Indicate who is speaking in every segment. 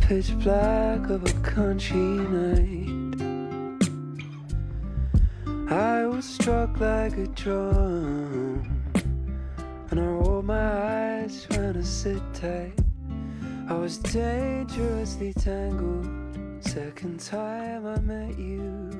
Speaker 1: pitch black of a country night. I was struck like a drum, and I rolled my eyes trying to sit tight. I was dangerously tangled. Second time I met you.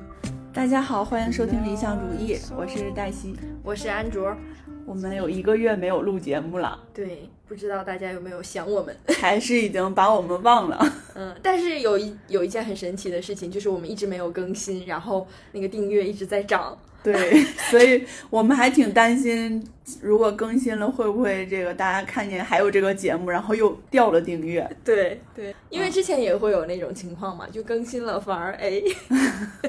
Speaker 2: 大家好，欢迎收听理想主义，我是黛西。
Speaker 3: 我是安卓。
Speaker 2: 我们有一个月没有录节目了，
Speaker 3: 对，不知道大家有没有想我们？
Speaker 2: 还是已经把我们忘了。
Speaker 3: 嗯，但是有一有一件很神奇的事情，就是我们一直没有更新，然后那个订阅一直在涨。
Speaker 2: 对，所以我们还挺担心，如果更新了，会不会这个大家看见还有这个节目，然后又掉了订阅？
Speaker 3: 对对，因为之前也会有那种情况嘛，就更新了反而哎，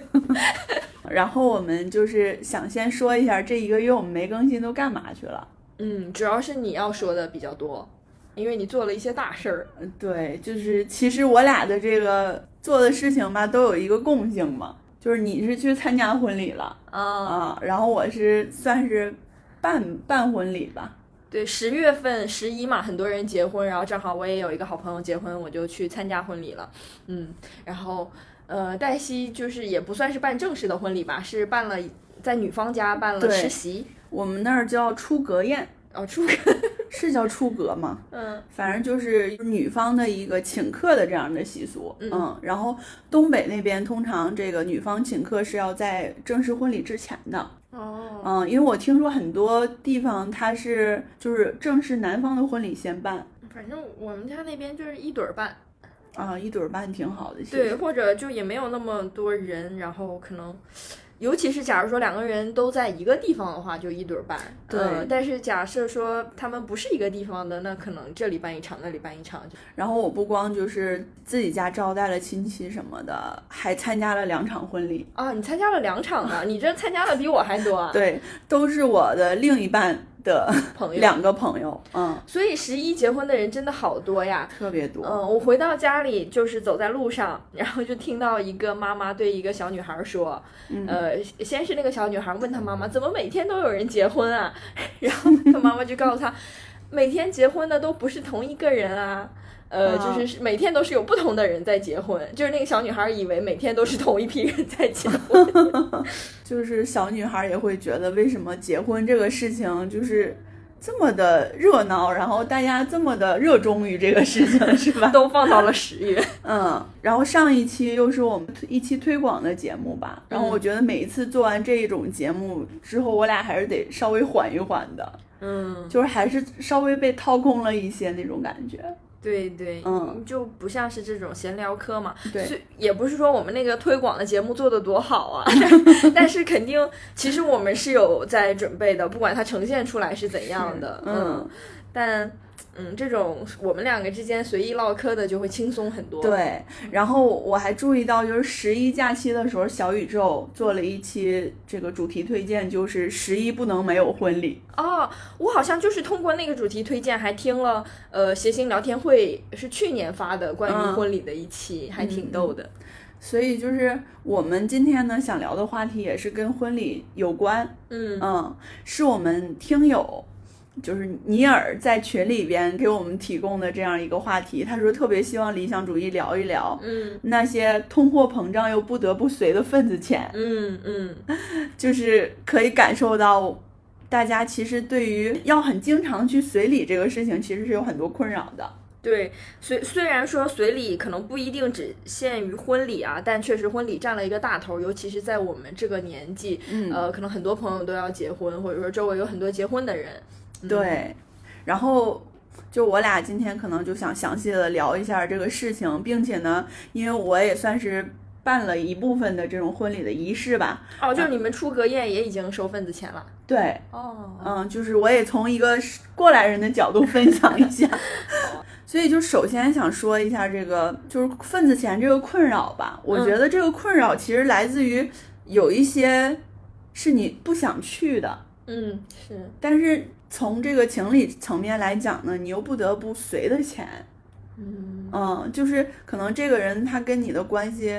Speaker 2: 然后我们就是想先说一下，这一个月我们没更新都干嘛去了？
Speaker 3: 嗯，主要是你要说的比较多，因为你做了一些大事儿。
Speaker 2: 嗯对，就是其实我俩的这个做的事情吧，都有一个共性嘛，就是你是去参加婚礼了
Speaker 3: 啊，
Speaker 2: 啊，然后我是算是办办婚礼吧，
Speaker 3: 对，十月份十一嘛，很多人结婚，然后正好我也有一个好朋友结婚，我就去参加婚礼了。嗯，然后呃，黛西就是也不算是办正式的婚礼吧，是办了在女方家办了
Speaker 2: 对
Speaker 3: 实习。
Speaker 2: 我们那儿叫出阁宴，
Speaker 3: 哦，出
Speaker 2: 是叫出阁吗？
Speaker 3: 嗯
Speaker 2: 反正就是女方的一个请客的这样的习俗，
Speaker 3: 嗯
Speaker 2: 然后东北那边通常这个女方请客是要在正式婚礼之前的，
Speaker 3: 哦，
Speaker 2: 嗯，因为我听说很多地方它是就是正式男方的婚礼先办
Speaker 3: 反正我们家那边就是一对儿办，
Speaker 2: 啊，一对儿办挺好的，其
Speaker 3: 对，
Speaker 2: 实
Speaker 3: 或者就也没有那么多人，然后可能，尤其是假如说两个人都在一个地方的话，就一对儿办。
Speaker 2: 对
Speaker 3: 呃但是假设说他们不是一个地方的，那可能这里办一场，那里办一场。
Speaker 2: 然后我不光就是自己家招待了亲戚什么的，还参加了两场婚礼，
Speaker 3: 啊，你参加了两场呢，你这参加的比我还多啊！
Speaker 2: 对，都是我的另一半的
Speaker 3: 朋友，
Speaker 2: 两个朋友，嗯，
Speaker 3: 所以十一结婚的人真的好多呀。
Speaker 2: 特别多，
Speaker 3: 嗯，我回到家里就是走在路上，然后就听到一个妈妈对一个小女孩说，
Speaker 2: 嗯
Speaker 3: 呃，先是那个小女孩问她妈妈，怎么每天都有人结婚啊？ 然后她妈妈就告诉她，每天结婚的都不是同一个人啊。呃，
Speaker 2: 啊
Speaker 3: 就是每天都是有不同的人在结婚，就是那个小女孩以为每天都是同一批人在结婚。
Speaker 2: 就是小女孩也会觉得，为什么结婚这个事情就是这么的热闹，然后大家这么的热衷于这个事情，是吧？
Speaker 3: 都放到了十月，
Speaker 2: 嗯，然后上一期又是我们一期推广的节目吧，然后我觉得每一次做完这一种节目之后，我俩还是得稍微缓一缓的，
Speaker 3: 嗯，
Speaker 2: 就是还是稍微被掏空了一些那种感觉。
Speaker 3: 对对，
Speaker 2: 嗯，
Speaker 3: 就不像是这种闲聊课嘛。
Speaker 2: 对
Speaker 3: 虽，也不是说我们那个推广的节目做的多好 啊，但是肯定，其实我们是有在准备的，不管它呈现出来是怎样的，
Speaker 2: 嗯，
Speaker 3: 但。嗯，这种我们两个之间随意唠嗑的就会轻松很多。，
Speaker 2: 对。然后我还注意到，就是十一假期的时候，小宇宙做了一期这个主题推荐，就是十一不能没有婚礼。
Speaker 3: 哦，我好像就是通过那个主题推荐，还听了呃谐星聊天会是去年发的关于
Speaker 2: 嗯
Speaker 3: 婚礼的一期，还挺逗的。
Speaker 2: 所以就是我们今天呢想聊的话题也是跟婚礼有关，
Speaker 3: 嗯
Speaker 2: 嗯，是我们听友，就是尼尔在群里边给我们提供的这样一个话题，他说特别希望理想主义聊一聊
Speaker 3: 嗯
Speaker 2: 那些通货膨胀又不得不随的份子钱，
Speaker 3: 嗯嗯，
Speaker 2: 就是可以感受到。大家其实对于要很经常去随礼这个事情，其实是有很多困扰的。
Speaker 3: 对，虽虽然说随礼可能不一定只限于婚礼啊，但确实婚礼占了一个大头，尤其是在我们这个年纪，
Speaker 2: 嗯
Speaker 3: 呃，可能很多朋友都要结婚，或者说周围有很多结婚的人。嗯，
Speaker 2: 对，然后就我俩今天可能就想详细的聊一下这个事情，并且呢，因为我也算是办了一部分的这种婚礼的仪式吧，
Speaker 3: 哦，就是你们出阁宴也已经收份子钱了。
Speaker 2: 对，
Speaker 3: 哦，
Speaker 2: 嗯，就是我也从一个过来人的角度分享一下。所以就首先想说一下这个就是份子钱这个困扰吧，我觉得这个困扰其实来自于有一些是你不想去的，
Speaker 3: 嗯，是，
Speaker 2: 但是从这个情理层面来讲呢，你又不得不随的钱，
Speaker 3: 嗯
Speaker 2: 嗯，就是可能这个人他跟你的关系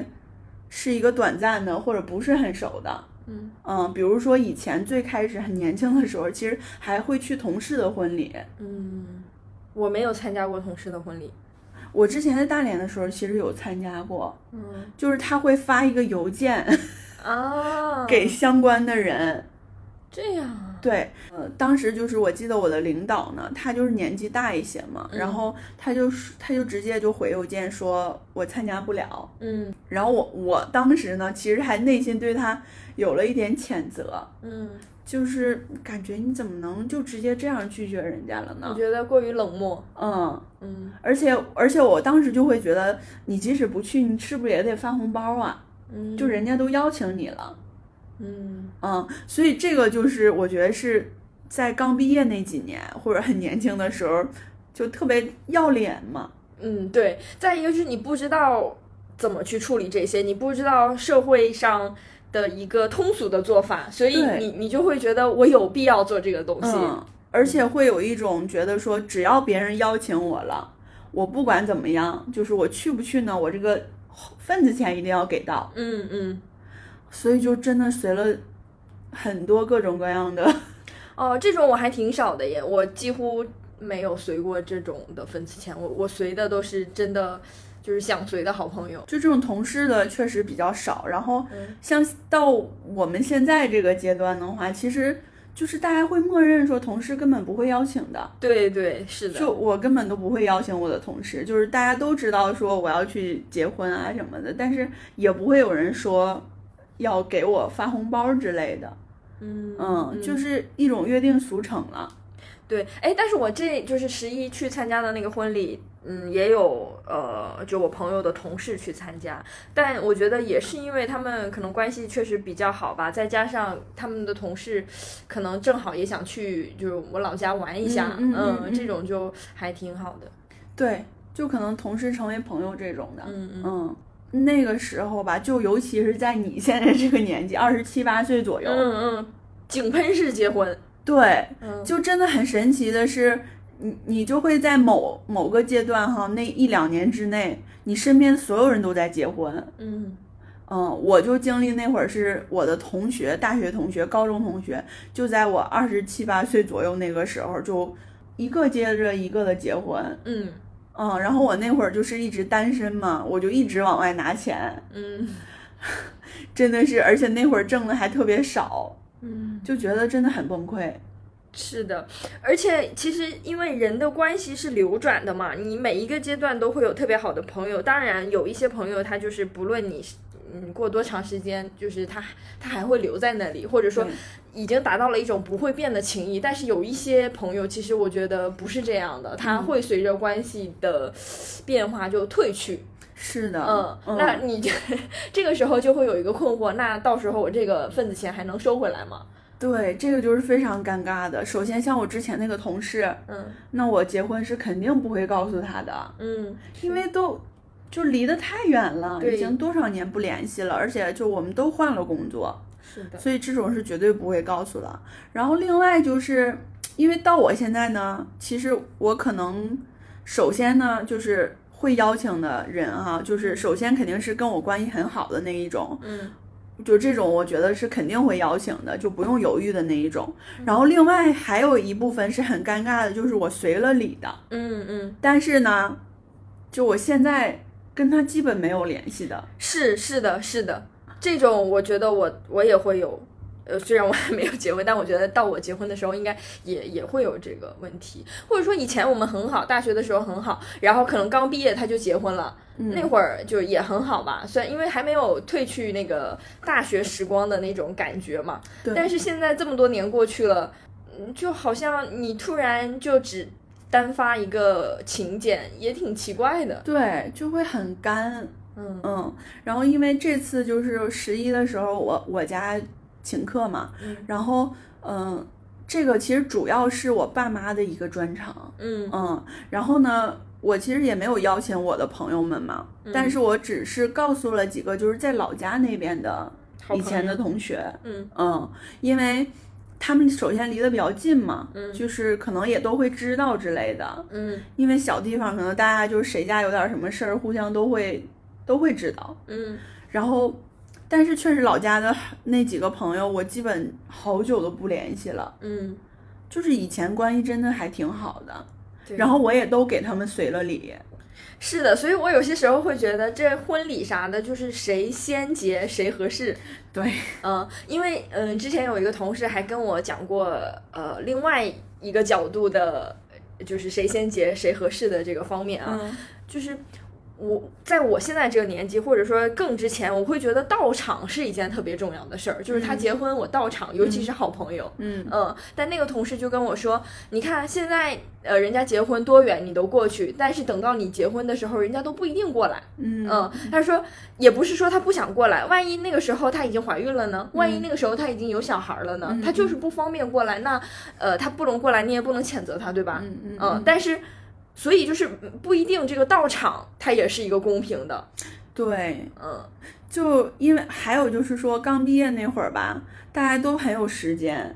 Speaker 2: 是一个短暂的，或者不是很熟的。
Speaker 3: 嗯
Speaker 2: 嗯，比如说以前最开始很年轻的时候，其实还会去同事的婚礼。
Speaker 3: 嗯，我没有参加过同事的婚礼。
Speaker 2: 我之前在大连的时候，其实有参加过，
Speaker 3: 嗯
Speaker 2: 就是他会发一个邮件
Speaker 3: 啊，
Speaker 2: 给相关的人。
Speaker 3: 这样啊，
Speaker 2: 对，呃，当时就是我记得我的领导呢，他就是年纪大一些嘛，
Speaker 3: 嗯
Speaker 2: 然后他就是他就直接就回邮件说我参加不了。
Speaker 3: 嗯
Speaker 2: 然后我我当时呢，其实还内心对他有了一点谴责，
Speaker 3: 嗯，
Speaker 2: 就是感觉你怎么能就直接这样拒绝人家了
Speaker 3: 我
Speaker 2: 呢？
Speaker 3: 觉得过于冷漠，
Speaker 2: 嗯，
Speaker 3: 嗯
Speaker 2: 而且而且我当时就会觉得，你即使不去，你是不是也得发红包啊？
Speaker 3: 嗯，
Speaker 2: 就人家都邀请你了，
Speaker 3: 嗯
Speaker 2: 嗯，所以这个就是我觉得是在刚毕业那几年或者很年轻的时候，就特别要脸嘛，
Speaker 3: 嗯，对。再一个就是你不知道怎么去处理这些，你不知道社会上的一个通俗的做法，所以
Speaker 2: 对
Speaker 3: 你你就会觉得我有必要做这个东西。
Speaker 2: 嗯，而且会有一种觉得说，只要别人邀请我了，我不管怎么样，就是我去不去呢，我这个份子钱一定要给到，
Speaker 3: 嗯嗯。
Speaker 2: 所以就真的随了很多各种各样的，
Speaker 3: 哦，这种我还挺少的耶，我几乎没有随过这种的份子钱，我我随的都是真的就是想随的好朋友。
Speaker 2: 就这种同事的确实比较少。然后
Speaker 3: 嗯
Speaker 2: 像到我们现在这个阶段的话，其实就是大家会默认说同事根本不会邀请的，
Speaker 3: 对对，是的。
Speaker 2: 就我根本都不会邀请我的同事，就是大家都知道说我要去结婚啊什么的，但是也不会有人说要给我发红包之类的，
Speaker 3: 嗯
Speaker 2: 嗯，就是一种约定俗成了。
Speaker 3: 对，哎，但是我这就是十一去参加的那个婚礼，嗯，也有呃，就我朋友的同事去参加，但我觉得也是因为他们可能关系确实比较好吧，再加上他们的同事可能正好也想去，就是我老家玩一下，
Speaker 2: 嗯嗯嗯嗯
Speaker 3: 这种就还挺好的，
Speaker 2: 对，就可能同事成为朋友这种的，
Speaker 3: 嗯嗯
Speaker 2: 嗯。那个时候吧，就尤其是在你现在这个年纪，二十七八岁左右，
Speaker 3: 嗯嗯，井喷式结婚，
Speaker 2: 对，
Speaker 3: 嗯
Speaker 2: 就真的很神奇的是，你你就会在某某个阶段哈，那一两年之内，你身边所有人都在结婚，
Speaker 3: 嗯
Speaker 2: 嗯，我就经历那会儿是我的同学，大学同学、高中同学，就在我二十七八岁左右那个时候，就一个接着一个的结婚。
Speaker 3: 嗯
Speaker 2: 嗯，然后我那会儿就是一直单身嘛，我就一直往外拿钱，
Speaker 3: 嗯
Speaker 2: 真的是，而且那会儿挣的还特别少，
Speaker 3: 嗯，
Speaker 2: 就觉得真的很崩溃。
Speaker 3: 是的，而且其实因为人的关系是流转的嘛，你每一个阶段都会有特别好的朋友。当然，有一些朋友他就是不论你是嗯过多长时间，就是他他还会留在那里，或者说
Speaker 2: 对
Speaker 3: 已经达到了一种不会变的情谊。但是有一些朋友，其实我觉得不是这样的，他会随着关系的变化就退去。
Speaker 2: 是的，
Speaker 3: 嗯，那你就 这个时候就会有一个困惑，那到时候我这个份子钱还能收回来吗？
Speaker 2: 对，这个就是非常尴尬的。首先，像我之前那个同事，
Speaker 3: 嗯
Speaker 2: 那我结婚是肯定不会告诉他的，
Speaker 3: 嗯，
Speaker 2: 因为都就离得太远了，
Speaker 3: 对
Speaker 2: 已经多少年不联系了，而且就我们都换了工作，
Speaker 3: 是的，
Speaker 2: 所以这种是绝对不会告诉的。然后另外就是因为到我现在呢，其实我可能首先呢就是会邀请的人哈、就是首先肯定是跟我关系很好的那一种，
Speaker 3: 嗯。
Speaker 2: 就这种我觉得是肯定会邀请的，就不用犹豫的那一种。
Speaker 3: 嗯
Speaker 2: 然后另外还有一部分是很尴尬的，就是我随了礼的。
Speaker 3: 嗯嗯，
Speaker 2: 但是呢，就我现在跟他基本没有联系的。
Speaker 3: 是是的，是的，这种我觉得我我也会有，呃，虽然我还没有结婚，但我觉得到我结婚的时候，应该也也会有这个问题，或者说以前我们很好，大学的时候很好，然后可能刚毕业他就结婚了，
Speaker 2: 嗯
Speaker 3: 那会儿就也很好吧，虽然因为还没有褪去那个大学时光的那种感觉嘛，
Speaker 2: 对
Speaker 3: 但是现在这么多年过去了，嗯，就好像你突然就只单发一个请柬，也挺奇怪的，
Speaker 2: 对，就会很干，
Speaker 3: 嗯
Speaker 2: 嗯。然后因为这次就是十一的时候，我我家请客嘛，
Speaker 3: 嗯
Speaker 2: 然后嗯，这个其实主要是我爸妈的一个专场，
Speaker 3: 嗯
Speaker 2: 嗯。然后呢，我其实也没有邀请我的朋友们嘛，
Speaker 3: 嗯
Speaker 2: 但是我只是告诉了几个就是在老家那边的
Speaker 3: 好
Speaker 2: 以
Speaker 3: 朋
Speaker 2: 前
Speaker 3: 友
Speaker 2: 的同学，
Speaker 3: 嗯
Speaker 2: 嗯，因为他们首先离得比较近嘛，
Speaker 3: 嗯
Speaker 2: 就是可能也都会知道之类的。
Speaker 3: 嗯
Speaker 2: 因为小地方可能大家就是谁家有点什么事儿，互相都会都会知道。
Speaker 3: 嗯。
Speaker 2: 然后，但是确实老家的那几个朋友，我基本好久都不联系了，
Speaker 3: 嗯，
Speaker 2: 就是以前关系真的还挺好的。
Speaker 3: 对
Speaker 2: 然后我也都给他们随了礼，
Speaker 3: 是的，所以我有些时候会觉得这婚礼啥的，就是谁先结谁合适。
Speaker 2: 对，
Speaker 3: 嗯、因为嗯、之前有一个同事还跟我讲过，呃，另外一个角度的，就是谁先结谁合适的这个方面啊，
Speaker 2: 嗯，
Speaker 3: 就是我在我现在这个年纪，或者说更之前，我会觉得到场是一件特别重要的事儿，就是他
Speaker 2: 嗯
Speaker 3: 结婚我到场，尤其是好朋友。
Speaker 2: 嗯
Speaker 3: 嗯，但那个同事就跟我说，你看现在呃人家结婚多远你都过去，但是等到你结婚的时候，人家都不一定过来。
Speaker 2: 嗯
Speaker 3: 嗯，他说也不是说他不想过来，万一那个时候她已经怀孕了呢？万一
Speaker 2: 嗯
Speaker 3: 那个时候她已经有小孩了呢？
Speaker 2: 嗯
Speaker 3: 她就是不方便过来，那呃她不能过来，你也不能谴责她，对吧？
Speaker 2: 嗯嗯
Speaker 3: 嗯，但是所以就是不一定这个到场它也是一个公平的，
Speaker 2: 对，
Speaker 3: 嗯，
Speaker 2: 就因为还有就是说刚毕业那会儿吧，大家都很有时间，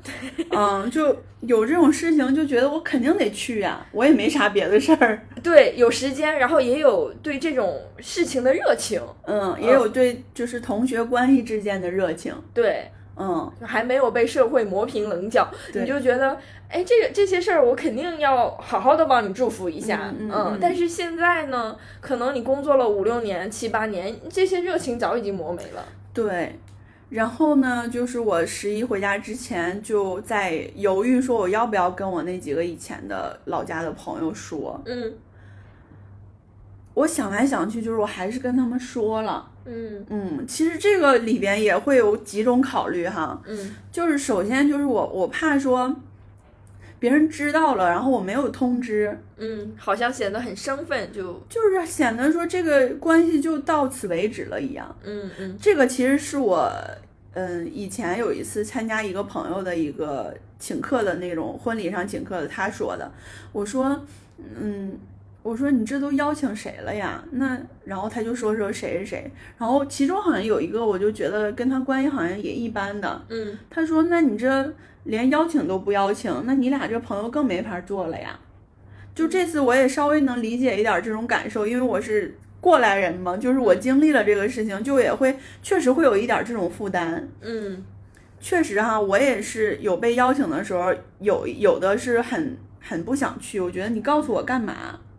Speaker 2: 嗯，就有这种事情就觉得我肯定得去呀、我也没啥别的事儿，
Speaker 3: 对，有时间，然后也有对这种事情的热情，
Speaker 2: 嗯，
Speaker 3: 呃
Speaker 2: 也有对就是同学关系之间的热情，
Speaker 3: 对，
Speaker 2: 嗯，
Speaker 3: 就还没有被社会磨平棱角，
Speaker 2: 对
Speaker 3: 你就觉得，哎，这个这些事儿我肯定要好好的帮你祝福一下，
Speaker 2: 嗯嗯嗯
Speaker 3: 但是现在呢，可能你工作了五六年、七八年，这些热情早已经磨没了。
Speaker 2: 对。然后呢，就是我十一回家之前就在犹豫，说我要不要跟我那几个以前的老家的朋友说。
Speaker 3: 嗯
Speaker 2: 我想来想去，就是我还是跟他们说了。
Speaker 3: 嗯
Speaker 2: 嗯，其实这个里边也会有几种考虑哈。
Speaker 3: 嗯
Speaker 2: 就是首先就是我我怕说别人知道了，然后我没有通知，
Speaker 3: 嗯，好像显得很生分，就
Speaker 2: 就是显得说这个关系就到此为止了一样。
Speaker 3: 嗯嗯
Speaker 2: 这个其实是我嗯以前有一次参加一个朋友的一个请客的那种婚礼上请客的，他说的，我说嗯。我说你这都邀请谁了呀？那然后他就说说谁谁谁，然后其中好像有一个我就觉得跟他关系好像也一般的，
Speaker 3: 嗯
Speaker 2: 他说：“那你这连邀请都不邀请，那你俩这朋友更没法做了呀。”就这次我也稍微能理解一点这种感受，因为我是过来人嘛，就是我经历了这个事情，就也会确实会有一点这种负担。
Speaker 3: 嗯
Speaker 2: 确实哈，我也是有被邀请的时候，有有的是很很不想去，我觉得你告诉我干嘛？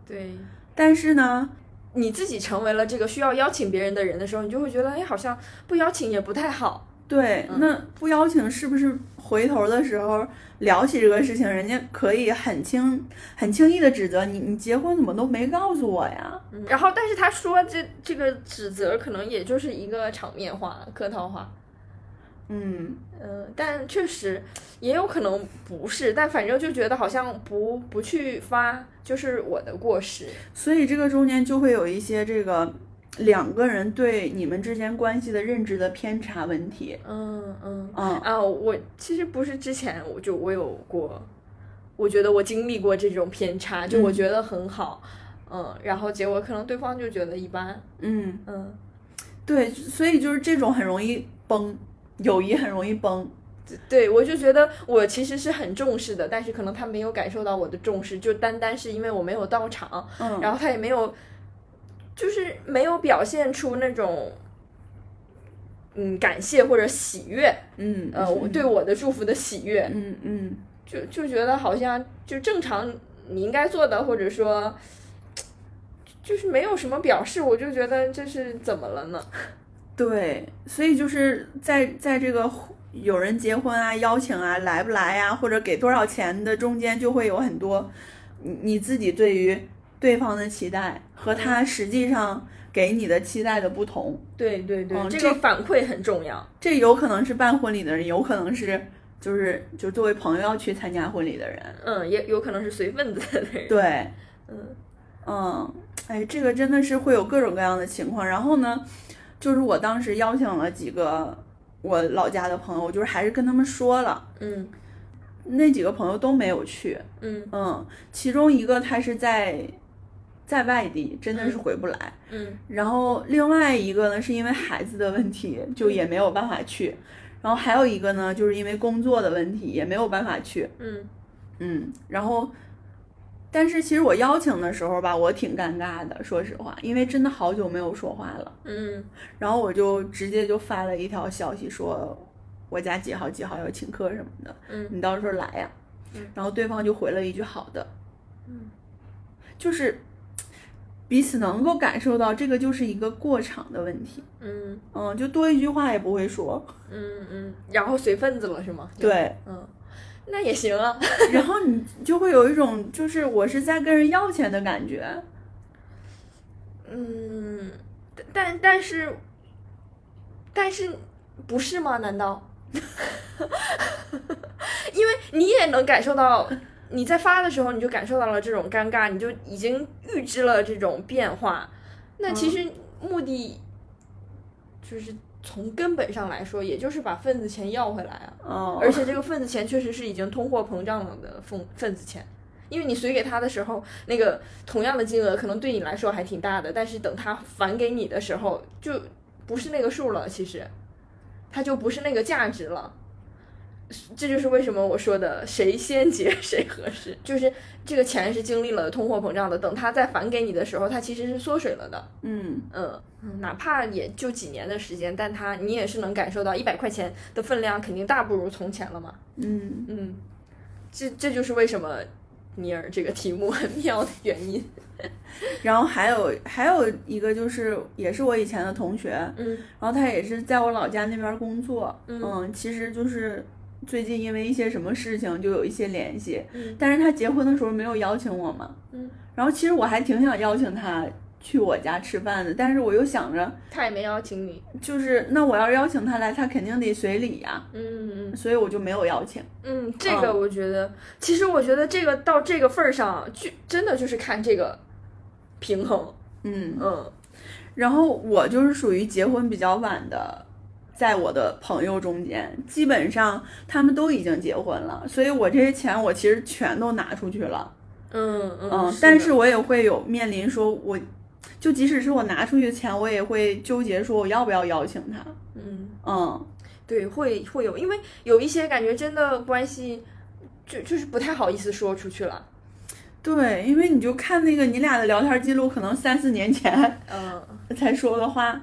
Speaker 3: 对。
Speaker 2: 但是呢，
Speaker 3: 你自己成为了这个需要邀请别人的人的时候，你就会觉得，哎，好像不邀请也不太好。
Speaker 2: 对，
Speaker 3: 嗯
Speaker 2: 那不邀请是不是回头的时候聊起这个事情，人家可以很轻很轻易的指责你，你结婚怎么都没告诉我呀？
Speaker 3: 嗯然后，但是他说这这个指责，可能也就是一个场面话、客套话。
Speaker 2: 嗯，
Speaker 3: 嗯，但确实也有可能不是，但反正就觉得好像不不去发就是我的过失。
Speaker 2: 所以这个中间就会有一些这个两个人对你们之间关系的认知的偏差问题。
Speaker 3: 嗯嗯
Speaker 2: 嗯
Speaker 3: 啊，我其实不是之前我就我有过，我觉得我经历过这种偏差，就我
Speaker 2: 嗯
Speaker 3: 觉得很好，嗯，然后结果可能对方就觉得一般，
Speaker 2: 嗯，
Speaker 3: 嗯，
Speaker 2: 对，所以就是这种很容易崩，友谊很容易崩。
Speaker 3: 对我就觉得我其实是很重视的，但是可能他没有感受到我的重视，就单单是因为我没有到场，
Speaker 2: 嗯，
Speaker 3: 然后他也没有，就是没有表现出那种，嗯，感谢或者喜悦，
Speaker 2: 嗯
Speaker 3: 呃，我对，我的祝福的喜悦，
Speaker 2: 嗯嗯
Speaker 3: 就就觉得好像就正常你应该做的，或者说。就是没有什么表示，我就觉得这是怎么了呢？
Speaker 2: 对，所以就是在在这个有人结婚啊、邀请啊、来不来啊，或者给多少钱的中间，就会有很多你你自己对于对方的期待和他实际上给你的期待的不同。
Speaker 3: 对对对，
Speaker 2: 嗯
Speaker 3: 这
Speaker 2: 这
Speaker 3: 个反馈很重要。
Speaker 2: 这有可能是办婚礼的人，有可能是就是就作为朋友要去参加婚礼的人。
Speaker 3: 嗯，也有可能是随份子的人。
Speaker 2: 对，
Speaker 3: 嗯
Speaker 2: 嗯，哎，这个真的是会有各种各样的情况。然后呢，就是我当时邀请了几个我老家的朋友，我就是还是跟他们说了。
Speaker 3: 嗯
Speaker 2: 那几个朋友都没有去，
Speaker 3: 嗯
Speaker 2: 嗯，其中一个他是在在外地，真的是回不来。
Speaker 3: 嗯
Speaker 2: 然后另外一个呢，是因为孩子的问题，就也没有办法去。然后还有一个呢，就是因为工作的问题，也没有办法去。
Speaker 3: 嗯
Speaker 2: 嗯，然后，但是其实我邀请的时候吧，我挺尴尬的，说实话，因为真的好久没有说话了。
Speaker 3: 嗯
Speaker 2: 然后我就直接就发了一条消息说，我家几号几号要请客什么的，
Speaker 3: 嗯
Speaker 2: 你到时候来呀、
Speaker 3: 嗯
Speaker 2: 然后对方就回了一句好的，
Speaker 3: 嗯，
Speaker 2: 就是彼此能够感受到这个就是一个过场的问题。
Speaker 3: 嗯
Speaker 2: 嗯，就多一句话也不会说。
Speaker 3: 嗯嗯，然后随份子了是吗？，
Speaker 2: 对，
Speaker 3: 嗯，那也行啊。
Speaker 2: 然后你就会有一种就是我是在跟人要钱的感觉。
Speaker 3: 嗯，但但但是，但是不是吗？难道？ 因为你也能感受到，你在发的时候你就感受到了这种尴尬，你就已经预知了这种变化。那其实目的就是从根本上来说，也就是把份子钱要回来啊。
Speaker 2: 嗯，
Speaker 3: 而且这个份子钱确实是已经通货膨胀了的份份子钱，因为你随给他的时候，那个同样的金额可能对你来说还挺大的，但是等他返给你的时候，就不是那个数了，其实，它就不是那个价值了。这就是为什么我说的谁先结谁合适，就是这个钱是经历了通货膨胀的，等他再返给你的时候，它其实是缩水了的。
Speaker 2: 嗯，
Speaker 3: 嗯，嗯哪怕也就几年的时间，但它你也是能感受到一百块钱的分量肯定大不如从前了嘛。
Speaker 2: 嗯，
Speaker 3: 嗯，这这就是为什么尼尔这个题目很妙的原因。
Speaker 2: 然后还有还有一个就是，也是我以前的同学，
Speaker 3: 嗯
Speaker 2: 然后他也是在我老家那边工作，
Speaker 3: 嗯
Speaker 2: 其实就是最近因为一些什么事情就有一些联系，
Speaker 3: 嗯
Speaker 2: 但是他结婚的时候没有邀请我嘛，
Speaker 3: 嗯，
Speaker 2: 然后其实我还挺想邀请他去我家吃饭的，但是我又想着，
Speaker 3: 他也没邀请你。
Speaker 2: 就是那我要邀请他来，他肯定得随礼呀、
Speaker 3: 嗯嗯
Speaker 2: 所以我就没有邀请。
Speaker 3: 嗯，这个我觉得，其实我觉得这个到这个份儿上，就真的就是看这个平衡。
Speaker 2: 嗯，
Speaker 3: 嗯
Speaker 2: 然后我就是属于结婚比较晚的，在我的朋友中间，基本上他们都已经结婚了，所以我这些钱我其实全都拿出去了。
Speaker 3: 嗯嗯
Speaker 2: 嗯，
Speaker 3: 的
Speaker 2: 但是我也会有面临说我。就即使是我拿出去的钱，我也会纠结说我要不要邀请他。
Speaker 3: 嗯。
Speaker 2: 嗯
Speaker 3: 对，会会有，因为有一些感觉真的关系，就就是不太好意思说出去了。，
Speaker 2: 对，因为你就看那个你俩的聊天记录，可能三四年前，
Speaker 3: 嗯
Speaker 2: 才说的话，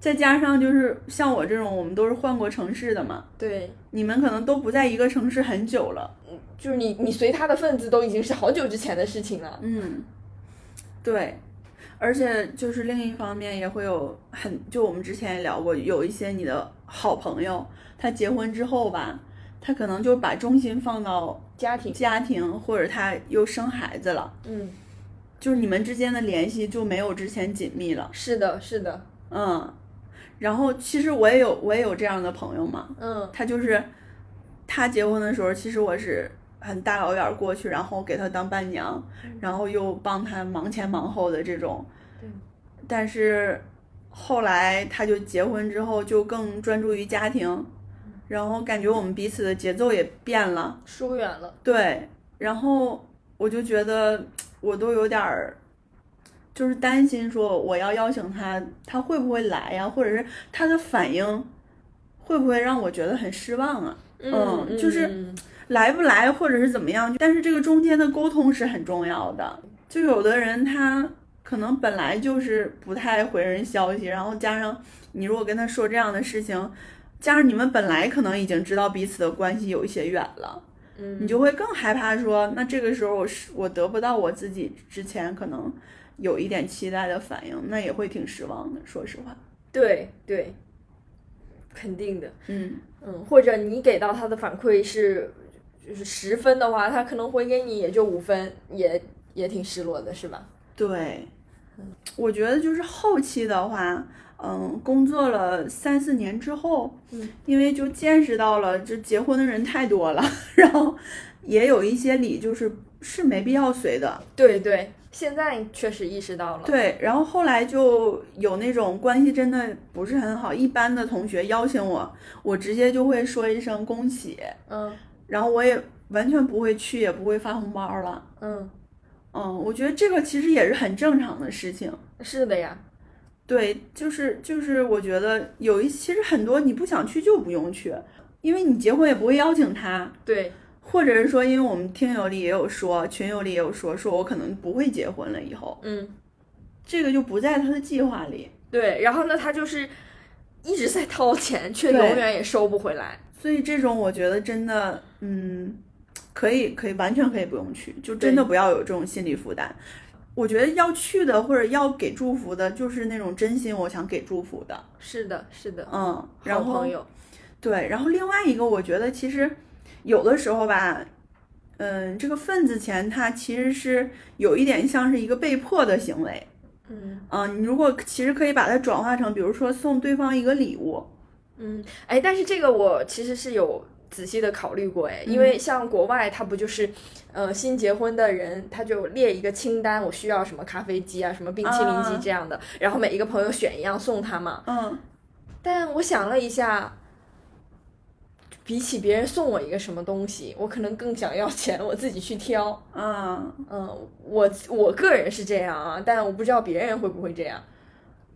Speaker 2: 再加上就是像我这种，我们都是换过城市的嘛，
Speaker 3: 对，
Speaker 2: 你们可能都不在一个城市很久了。
Speaker 3: 就是你你随他的份子都已经是好久之前的事情了。
Speaker 2: 嗯，对，而且就是另一方面也会有很，就我们之前也聊过，有一些你的好朋友，他结婚之后吧，他可能就把重心放到
Speaker 3: 家庭，
Speaker 2: 家庭，或者他又生孩子了，
Speaker 3: 嗯，
Speaker 2: 就是你们之间的联系就没有之前紧密了。
Speaker 3: 是的，是的，
Speaker 2: 嗯，然后其实我也有我也有这样的朋友嘛，
Speaker 3: 嗯
Speaker 2: 他就是他结婚的时候，其实我是很大老远儿过去，然后给他当伴娘，然后又帮他忙前忙后的这种
Speaker 3: 对。
Speaker 2: 但是后来他就结婚之后，就更专注于家庭，然后感觉我们彼此的节奏也变了，，
Speaker 3: 疏远了，
Speaker 2: 对。然后我就觉得我都有点儿。就是担心说我要邀请他，他会不会来呀？或者是他的反应会不会让我觉得很失望啊？嗯就是
Speaker 3: 嗯
Speaker 2: 来不来或者是怎么样，但是这个中间的沟通是很重要的。就有的人他可能本来就是不太回人消息，然后加上你如果跟他说这样的事情，加上你们本来可能已经知道彼此的关系有一些远了，
Speaker 3: 嗯，
Speaker 2: 你就会更害怕说，那这个时候我是我得不到我自己之前可能有一点期待的反应，那也会挺失望的。说实话，
Speaker 3: 对对，肯定的，
Speaker 2: 嗯，
Speaker 3: 嗯，或者你给到他的反馈是就是十分的话，他可能回给你也就五分，也也挺失落的，是吧？
Speaker 2: 对，我觉得就是后期的话，嗯，工作了三四年之后，
Speaker 3: 嗯，
Speaker 2: 因为就见识到了这结婚的人太多了，然后也有一些礼就是是没必要随的，
Speaker 3: 对对，现在确实意识到了，
Speaker 2: 对。然后后来就有那种关系真的不是很好，一般的同学邀请我，我直接就会说一声恭喜，
Speaker 3: 嗯
Speaker 2: 然后我也完全不会去，也不会发红包了。
Speaker 3: 嗯，
Speaker 2: 嗯，我觉得这个其实也是很正常的事情。
Speaker 3: 是的呀，
Speaker 2: 对，就是就是，我觉得有一其实很多你不想去就不用去，因为你结婚也不会邀请他，
Speaker 3: 对，
Speaker 2: 或者是说，因为我们听友里也有说，群友里也有说，说我可能不会结婚了，以后
Speaker 3: 嗯
Speaker 2: 这个就不在他的计划里，
Speaker 3: 对，然后呢，他就是一直在掏钱，却永
Speaker 2: 对
Speaker 3: 远也收不回来，
Speaker 2: 所以这种我觉得真的，嗯，可以可以完全可以不用去，就真的
Speaker 3: 对
Speaker 2: 不要有这种心理负担。我觉得要去的或者要给祝福的，就是那种真心我想给祝福的，
Speaker 3: 是的，是的，
Speaker 2: 嗯，然
Speaker 3: 好
Speaker 2: 后
Speaker 3: 朋友，
Speaker 2: 对，然后另外一个，我觉得其实有的时候吧，嗯，这个份子钱它其实是有一点像是一个被迫的行为，
Speaker 3: 嗯
Speaker 2: 嗯，你如果其实可以把它转化成，比如说送对方一个礼物，
Speaker 3: 嗯，哎，但是这个我其实是有。仔细的考虑过，哎，因为像国外，他不就是，呃，新结婚的人，他就列一个清单，我需要什么咖啡机啊，什么冰淇淋机
Speaker 2: 啊
Speaker 3: 这样的，然后每一个朋友选一样送他嘛。
Speaker 2: 嗯，
Speaker 3: 但我想了一下，比起别人送我一个什么东西，我可能更想要钱，我自己去挑。
Speaker 2: 嗯
Speaker 3: 嗯，我我个人是这样啊，但我不知道别人会不会这样。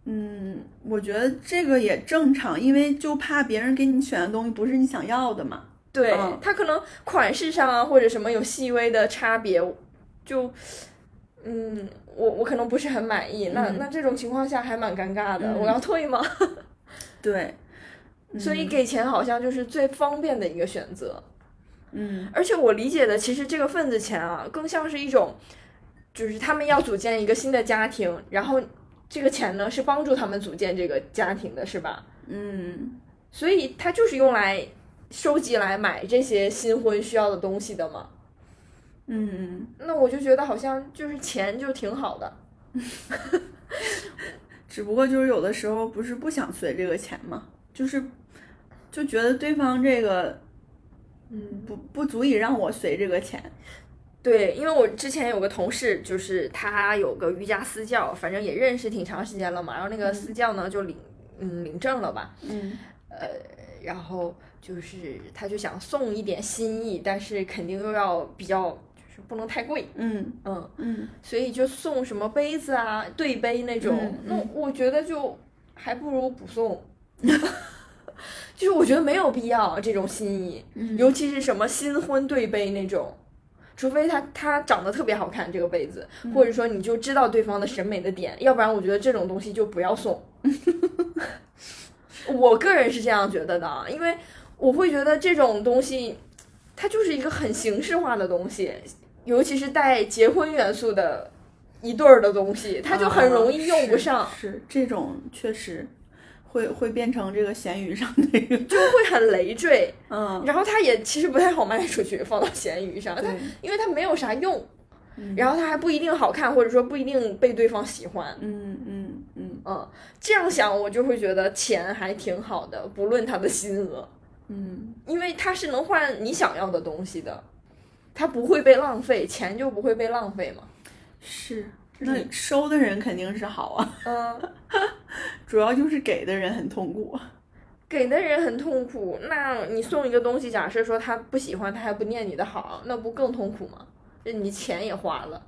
Speaker 2: 嗯，我觉得这个也正常，因为就怕别人给你选的东西不是你想要的嘛。
Speaker 3: 对，
Speaker 2: 嗯
Speaker 3: 它可能款式上啊，或者什么有细微的差别，就，嗯，我我可能不是很满意。那
Speaker 2: 嗯
Speaker 3: 那这种情况下还蛮尴尬的，
Speaker 2: 嗯
Speaker 3: 我要退吗？
Speaker 2: 对，
Speaker 3: 所以给钱好像就是最方便的一个选择。
Speaker 2: 嗯
Speaker 3: 而且我理解的，其实这个份子钱啊，更像是一种，就是他们要组建一个新的家庭，然后这个钱呢是帮助他们组建这个家庭的，是吧？
Speaker 2: 嗯，
Speaker 3: 所以它就是用来收集来买这些新婚需要的东西的嘛。
Speaker 2: 嗯，
Speaker 3: 那我就觉得好像就是钱就挺好的，
Speaker 2: 只不过就是有的时候不是不想随这个钱嘛，就是就觉得对方这个
Speaker 3: 嗯，
Speaker 2: 不不足以让我随这个钱。
Speaker 3: 对，因为我之前有个同事，就是他有个瑜伽私教，反正也认识挺长时间了嘛。然后那个私教呢就领嗯领证了吧，
Speaker 2: 嗯
Speaker 3: 然后就是他就想送一点心意，但是肯定又要比较就是不能太贵，
Speaker 2: 嗯
Speaker 3: 嗯，
Speaker 2: 嗯
Speaker 3: 所以就送什么杯子啊、对杯那种，
Speaker 2: 嗯
Speaker 3: 那
Speaker 2: 嗯
Speaker 3: 我觉得就还不如不送。 就是我觉得没有必要这种心意，
Speaker 2: 嗯
Speaker 3: 尤其是什么新婚对杯那种，除非他他长得特别好看这个杯子，或
Speaker 2: 嗯
Speaker 3: 者说你就知道对方的审美的点，要不然我觉得这种东西就不要 送。我个人是这样觉得的啊，因为我会觉得这种东西，它就是一个很形式化的东西，尤其是带结婚元素的一对儿的东西，它就很容易用不上，
Speaker 2: 啊是是这种确实会会变成这个闲鱼上的一个，
Speaker 3: 就会很累赘。
Speaker 2: 嗯，
Speaker 3: 然后它也其实不太好卖出去，放到闲鱼上，它
Speaker 2: 对，
Speaker 3: 因为它没有啥用，
Speaker 2: 嗯
Speaker 3: 然后它还不一定好看，或者说不一定被对方喜欢。
Speaker 2: 嗯嗯嗯
Speaker 3: 嗯，这样想我就会觉得钱还挺好的，不论它的金额，
Speaker 2: 嗯，
Speaker 3: 因为它是能换你想要的东西的，它不会被浪费，钱就不会被浪费嘛。
Speaker 2: 是。
Speaker 3: 是
Speaker 2: 那收的人肯定是好啊，
Speaker 3: 嗯，
Speaker 2: 主要就是给的人很痛苦。啊
Speaker 3: 给的人很痛苦，那你送一个东西，假设说他不喜欢，他还不念你的好，那不更痛苦吗？这你钱也花了，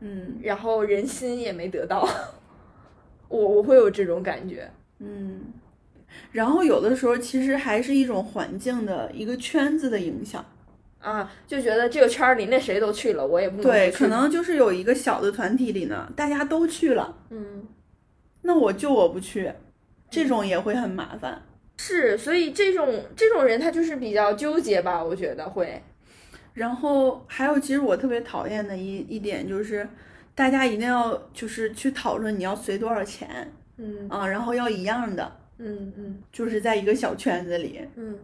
Speaker 2: 嗯
Speaker 3: 然后人心也没得到， 我我会有这种感觉。
Speaker 2: 嗯，然后有的时候其实还是一种环境的一个圈子的影响。
Speaker 3: 啊，就觉得这个圈儿里那谁都去了，我也不能
Speaker 2: 对，
Speaker 3: 去
Speaker 2: 可能就是有一个小的团体里呢，大家都去了，
Speaker 3: 嗯，
Speaker 2: 那我就我不去，这种也会很麻烦。
Speaker 3: 是，所以这种这种人他就是比较纠结吧，我觉得会，
Speaker 2: 然后还有，其实我特别讨厌的一一点就是，大家一定要就是去讨论你要随多少钱
Speaker 3: 嗯
Speaker 2: 啊，然后要一样的，
Speaker 3: 嗯嗯
Speaker 2: 就是在一个小圈子里。
Speaker 3: 嗯。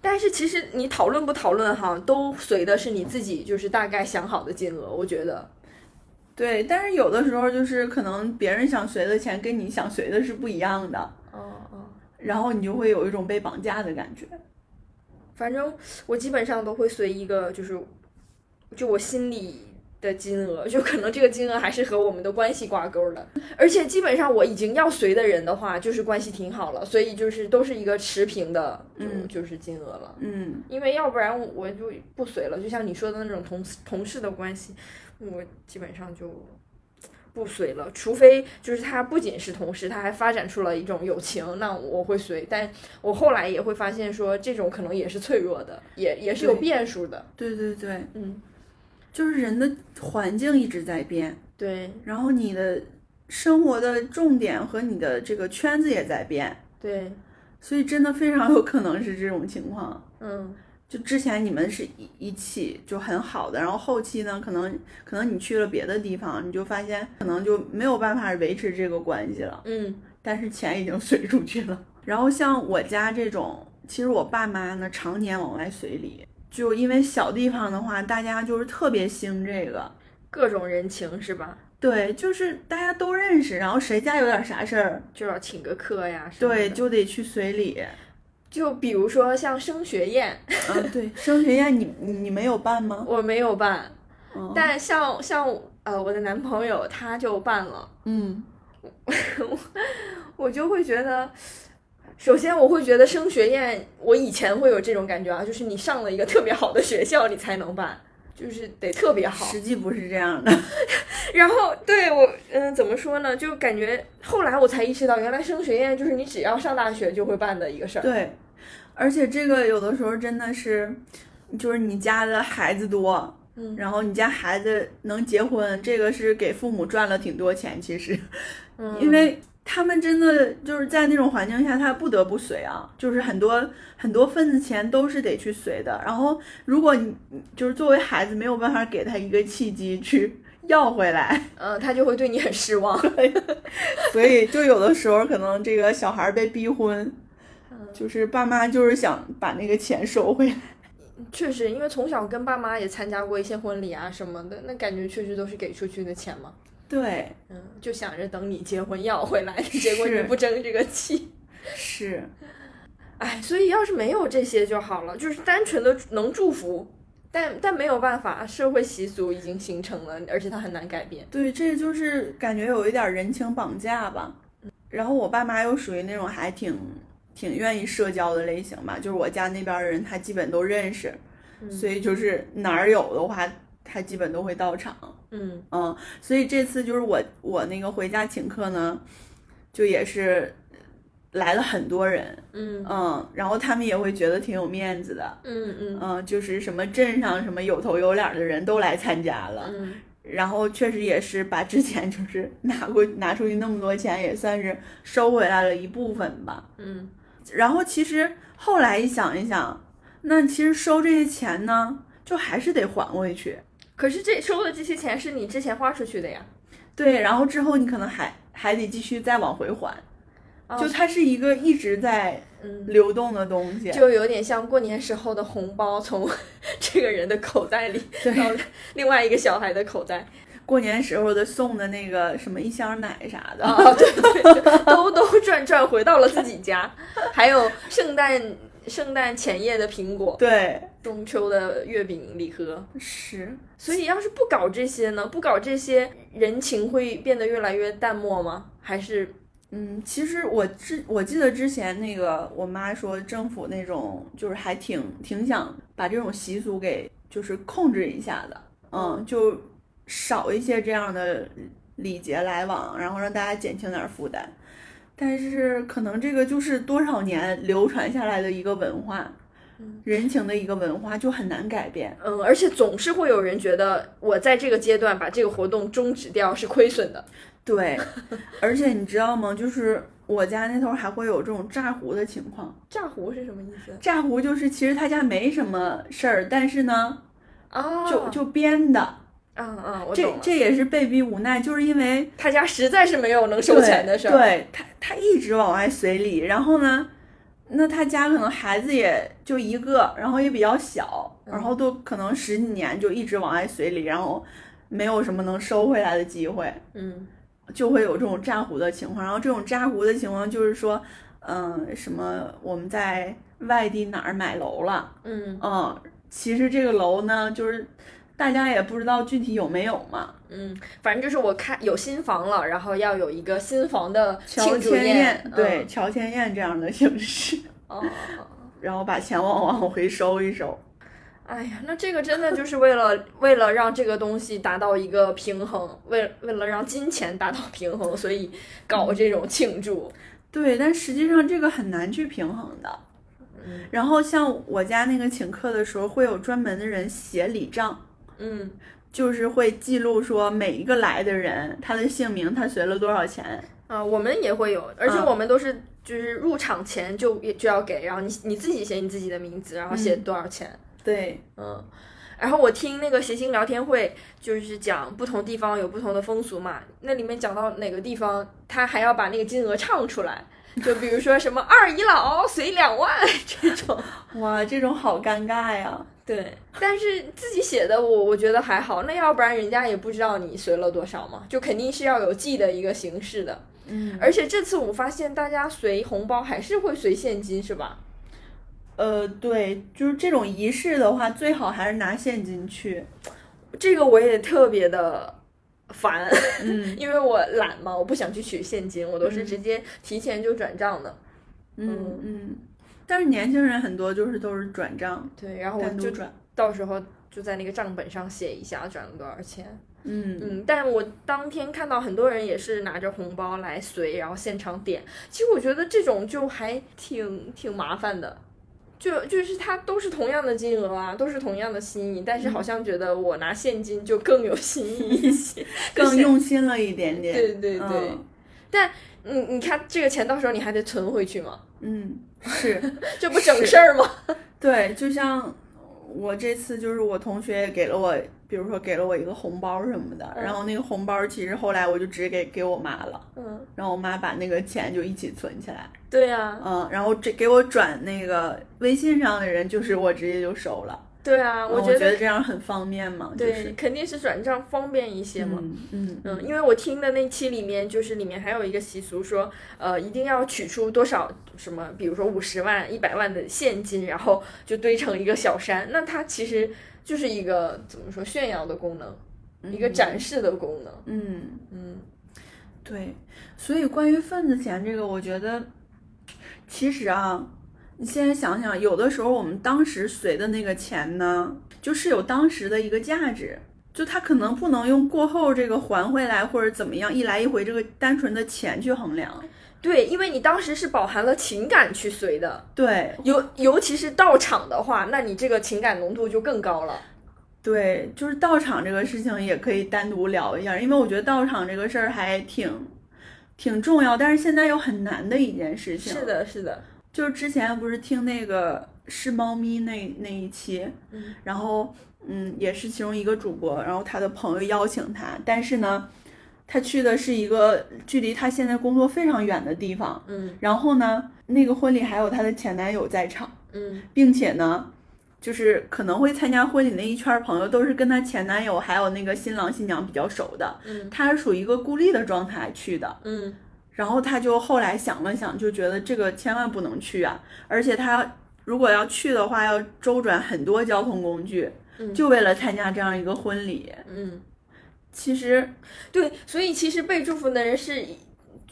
Speaker 3: 但是其实你讨论不讨论哈，都随的是你自己，就是大概想好的金额，我觉得。
Speaker 2: 对，但是有的时候就是可能别人想随的钱跟你想随的是不一样的，
Speaker 3: 哦哦。
Speaker 2: 然后你就会有一种被绑架的感觉。
Speaker 3: 反正我基本上都会随一个，就是就我心里的金额，就可能这个金额还是和我们的关系挂钩的。而且基本上我已经要随的人的话，就是关系挺好了，所以就是都是一个持平的，就、
Speaker 2: 嗯
Speaker 3: 就是金额了。
Speaker 2: 嗯
Speaker 3: 因为要不然我就不随了，就像你说的那种同事同事的关系，我基本上就不随了，除非就是他不仅是同事，他还发展出了一种友情，那我会随。但我后来也会发现说，这种可能也是脆弱的，也也是有
Speaker 2: 对
Speaker 3: 变数的。
Speaker 2: 对对对，
Speaker 3: 嗯，
Speaker 2: 就是人的环境一直在变。
Speaker 3: 对
Speaker 2: 然后你的生活的重点和你的这个圈子也在变，
Speaker 3: 对，
Speaker 2: 所以真的非常有可能是这种情况。
Speaker 3: 嗯
Speaker 2: 就之前你们是一一起就很好的，然后后期呢，可能可能你去了别的地方，你就发现可能就没有办法维持这个关系了，
Speaker 3: 嗯
Speaker 2: 但是钱已经随出去了。然后像我家这种，其实我爸妈呢常年往外随礼，就因为小地方的话，大家就是特别兴这个，
Speaker 3: 各种人情是吧？
Speaker 2: 对，就是大家都认识，然后谁家有点啥事儿，
Speaker 3: 就要请个客呀什么的。
Speaker 2: 对，就得去随礼。
Speaker 3: 就比如说像升学宴，
Speaker 2: 嗯， 对，升学宴你你你没有办吗？
Speaker 3: 我没有办，
Speaker 2: 嗯
Speaker 3: 但像像呃我的男朋友他就办了，
Speaker 2: 嗯，
Speaker 3: 我就会觉得。首先，我会觉得升学宴，我以前会有这种感觉啊，就是你上了一个特别好的学校，你才能办，就是得特别好。
Speaker 2: 实际不是这样的。
Speaker 3: 然后对我，嗯、怎么说呢？就感觉后来我才意识到，原来升学宴就是你只要上大学就会办的一个事儿。
Speaker 2: 对，而且这个有的时候真的是，就是你家的孩子多，
Speaker 3: 嗯
Speaker 2: 然后你家孩子能结婚，这个是给父母赚了挺多钱，其实，
Speaker 3: 嗯
Speaker 2: 因为他们真的就是在那种环境下，他不得不随啊，就是很多很多份子钱都是得去随的。然后，如果你就是作为孩子没有办法给他一个契机去要回来，
Speaker 3: 呃，他就会对你很失望。
Speaker 2: 所以就有的时候可能这个小孩儿被逼婚，就是爸妈就是想把那个钱收回来。
Speaker 3: 确实，因为从小跟爸妈也参加过一些婚礼啊什么的，那感觉确实都是给出去的钱嘛。
Speaker 2: 对，
Speaker 3: 嗯，就想着等你结婚要回来，结果你
Speaker 2: 是
Speaker 3: 不争这个气。
Speaker 2: 是，
Speaker 3: 哎，所以要是没有这些就好了，就是单纯的能祝福，但但没有办法，社会习俗已经形成了，而且它很难改变。
Speaker 2: 对，这就是感觉有一点儿人情绑架吧。然后我爸妈又属于那种还挺挺愿意社交的类型吧，就是我家那边儿的人他基本都认识，所以就是哪儿有的话，他基本都会到场。
Speaker 3: 嗯
Speaker 2: 嗯，所以这次就是我我那个回家请客呢，就也是来了很多人，
Speaker 3: 嗯
Speaker 2: 嗯，然后他们也会觉得挺有面子的，
Speaker 3: 嗯嗯
Speaker 2: 嗯，就是什么镇上什么有头有脸儿的人都来参加了，
Speaker 3: 嗯，
Speaker 2: 然后确实也是把之前就是拿过拿出去那么多钱，也算是收回来了一部分吧。
Speaker 3: 嗯，
Speaker 2: 然后其实后来一想一想，那其实收这些钱呢，就还是得还回去。
Speaker 3: 可是这收的这些钱是你之前花出去的呀，
Speaker 2: 对，然后之后你可能还还得继续再往回还，
Speaker 3: 哦
Speaker 2: 就它是一个一直在
Speaker 3: 嗯，
Speaker 2: 流动的东西。
Speaker 3: 就有点像过年时候的红包从 这个人的口袋里到
Speaker 2: 对，
Speaker 3: 另外一个小孩的口袋。
Speaker 2: 过年时候的送的那个什么一箱奶啥的，
Speaker 3: 啊，对对对，兜兜转转回到了自己家，还有圣诞圣诞前夜的苹果，
Speaker 2: 对，
Speaker 3: 中秋的月饼礼盒。
Speaker 2: 是。
Speaker 3: 所以要是不搞这些呢？不搞这些，人情会变得越来越淡漠吗？还是
Speaker 2: 嗯，其实我之我记得之前那个我妈说，政府那种就是还挺挺想把这种习俗给就是控制一下的，嗯，就少一些这样的礼节来往，然后让大家减轻点儿负担。但是可能这个就是多少年流传下来的一个文化
Speaker 3: 嗯，
Speaker 2: 人情的一个文化就很难改变。
Speaker 3: 嗯，而且总是会有人觉得我在这个阶段把这个活动终止掉是亏损的。
Speaker 2: 对，而且你知道吗？就是我家那头还会有这种炸糊的情况。
Speaker 3: 炸糊是什么意思
Speaker 2: 炸糊就是其实他家没什么事儿，但是呢，
Speaker 3: 啊？
Speaker 2: 就就编的，
Speaker 3: 嗯嗯，我懂
Speaker 2: 这
Speaker 3: 了。
Speaker 2: 这也是被逼无奈，就是因为
Speaker 3: 他家实在是没有能收钱的事儿。
Speaker 2: 对，对他他一直往外随礼，然后呢，那他家可能孩子也就一个，然后也比较小，
Speaker 3: 嗯
Speaker 2: 然后都可能十几年就一直往外随礼，然后没有什么能收回来的机会，
Speaker 3: 嗯
Speaker 2: 就会有这种炸糊的情况。然后这种炸糊的情况就是说，嗯、什么我们在外地哪儿买楼了。
Speaker 3: 嗯
Speaker 2: 嗯，其实这个楼呢，就是大家也不知道具体有没有嘛。
Speaker 3: 嗯，反正就是我看有新房了，然后要有一个新房的
Speaker 2: 乔
Speaker 3: 庆祝
Speaker 2: 迁
Speaker 3: 宴
Speaker 2: 宴，，对，乔迁宴这样的形式，
Speaker 3: 嗯。哦
Speaker 2: 然后把钱往往回收一收。
Speaker 3: 哎呀，那这个真的就是为了 为了让这个东西达到一个平衡，为为了让金钱达到平衡，所以搞这种庆祝。
Speaker 2: 对，但实际上这个很难去平衡的。
Speaker 3: 嗯
Speaker 2: 然后像我家那个请客的时候，会有专门的人写礼账，
Speaker 3: 嗯，
Speaker 2: 就是会记录说每一个来的人他的姓名，他随了多少钱。
Speaker 3: 啊，我们也会有，而且
Speaker 2: 嗯
Speaker 3: 我们都是就是入场前就也就要给，然后你你自己写你自己的名字，然后写多少钱，
Speaker 2: 对，
Speaker 3: 嗯，然后我听那个谐星聊天会，就是讲不同地方有不同的风俗嘛，那里面讲到哪个地方，他还要把那个金额唱出来，就比如说什么二姨姥随两万 这种，
Speaker 2: 哇，这种好尴尬呀。
Speaker 3: 对，但是自己写的我我觉得还好，那要不然人家也不知道你随了多少嘛，就肯定是要有记的一个形式的，
Speaker 2: 嗯，
Speaker 3: 而且这次我发现大家随红包还是会随现金是吧？
Speaker 2: 呃，对，就是这种仪式的话，最好还是拿现金去。
Speaker 3: 这个我也特别的烦。
Speaker 2: 嗯
Speaker 3: 因为我懒嘛，我不想去取现金，我都是
Speaker 2: 嗯
Speaker 3: 直接提前就转账的。
Speaker 2: 嗯嗯，但是年轻人很多就是都是转账，
Speaker 3: 对，然后我
Speaker 2: 单独
Speaker 3: 就
Speaker 2: 转。
Speaker 3: 到时候就在那个账本上写一下转了多少钱。
Speaker 2: 嗯
Speaker 3: 嗯，但我当天看到很多人也是拿着红包来随，然后现场点。其实我觉得这种就还挺挺麻烦的。就就是它都是同样的金额啊，都是同样的心意，但是
Speaker 2: 嗯
Speaker 3: 好像觉得我拿现金就更有心意 一些，
Speaker 2: 更
Speaker 3: 就是
Speaker 2: 用心了一点点。
Speaker 3: 对对对。
Speaker 2: 嗯
Speaker 3: 你你看这个钱到时候你还得存回去嘛，
Speaker 2: 嗯，是。
Speaker 3: 这不整事儿吗？
Speaker 2: 对，就像我这次就是我同学也给了我，比如说给了我一个红包什么的，
Speaker 3: 嗯
Speaker 2: 然后那个红包其实后来我就直接给给我妈了，
Speaker 3: 嗯，
Speaker 2: 然后我妈把那个钱就一起存起来，
Speaker 3: 对啊呀、
Speaker 2: 嗯，然后这给我转那个微信上的人就是我直接就收了，
Speaker 3: 对啊，
Speaker 2: 嗯我
Speaker 3: 觉
Speaker 2: 这样很方便嘛，就
Speaker 3: 对，
Speaker 2: 是，
Speaker 3: 肯定是转账方便一些嘛。
Speaker 2: 嗯嗯
Speaker 3: 嗯，因为我听的那期里面，就是里面还有一个习俗说，呃，一定要取出多少什么，比如说五十万、一百万的现金，然后就堆成一个小山。那它其实就是一个怎么说炫耀的功能，
Speaker 2: 嗯，
Speaker 3: 一个展示的功能。
Speaker 2: 嗯，
Speaker 3: 嗯
Speaker 2: 对，所以关于份子钱这个，我觉得其实啊，你现在想想，有的时候我们当时随的那个钱呢，就是有当时的一个价值，就它可能不能用过后这个还回来或者怎么样一来一回这个单纯的钱去衡量。
Speaker 3: 对，因为你当时是饱含了情感去随的，
Speaker 2: 对
Speaker 3: 尤尤其是到场的话，那你这个情感浓度就更高了。
Speaker 2: 对，就是到场这个事情也可以单独聊一下，因为我觉得到场这个事儿还挺挺重要，但是现在又很难的一件事情。
Speaker 3: 是，啊的，是的，
Speaker 2: 就是之前不是听那个是猫咪那那一期，
Speaker 3: 嗯
Speaker 2: 然后嗯，也是其中一个主播，然后他的朋友邀请他，但是呢，他去的是一个距离他现在工作非常远的地方，
Speaker 3: 嗯
Speaker 2: 然后呢，那个婚礼还有她的前男友在场，
Speaker 3: 嗯
Speaker 2: 并且呢。就是可能会参加婚礼那一圈儿朋友都是跟她前男友还有那个新郎新娘比较熟的，
Speaker 3: 嗯
Speaker 2: 她是属于一个孤立的状态去的，
Speaker 3: 嗯，
Speaker 2: 然后他就后来想了想，就觉得这个千万不能去啊！而且他如果要去的话，要周转很多交通工具，
Speaker 3: 嗯
Speaker 2: 就为了参加这样一个婚礼。
Speaker 3: 嗯。
Speaker 2: 其实，
Speaker 3: 对，所以其实被祝福的人是，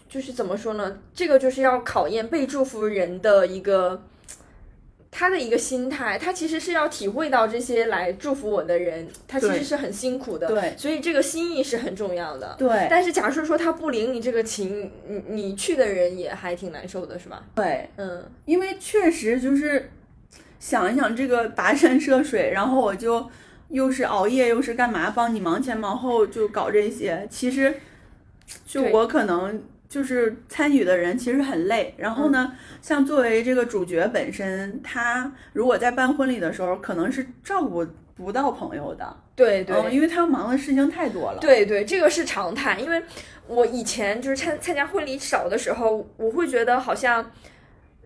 Speaker 3: 就是怎么说呢？这个就是要考验被祝福人的一个他的一个心态，他其实是要体会到这些来祝福我的人，他其
Speaker 2: 对
Speaker 3: 实是很辛苦的，
Speaker 2: 对
Speaker 3: 所以这个心意是很重要的。
Speaker 2: 对
Speaker 3: 但是假设说他不领你这个情，你你去的人也还挺难受的，是吧？
Speaker 2: 对，
Speaker 3: 嗯
Speaker 2: 因为确实就是想一想这个跋山涉水，然后我就又是熬夜又是干嘛，帮你忙前忙后就搞这些。其实，就
Speaker 3: 对
Speaker 2: 我可能就是参与的人其实很累。然后呢，
Speaker 3: 嗯
Speaker 2: 像作为这个主角本身，他如果在办婚礼的时候，可能是照顾不到朋友的，
Speaker 3: 对对，
Speaker 2: 嗯，因为他忙的事情太多了。
Speaker 3: 对对，这个是常态，因为我以前就是参参加婚礼少的时候，我会觉得好像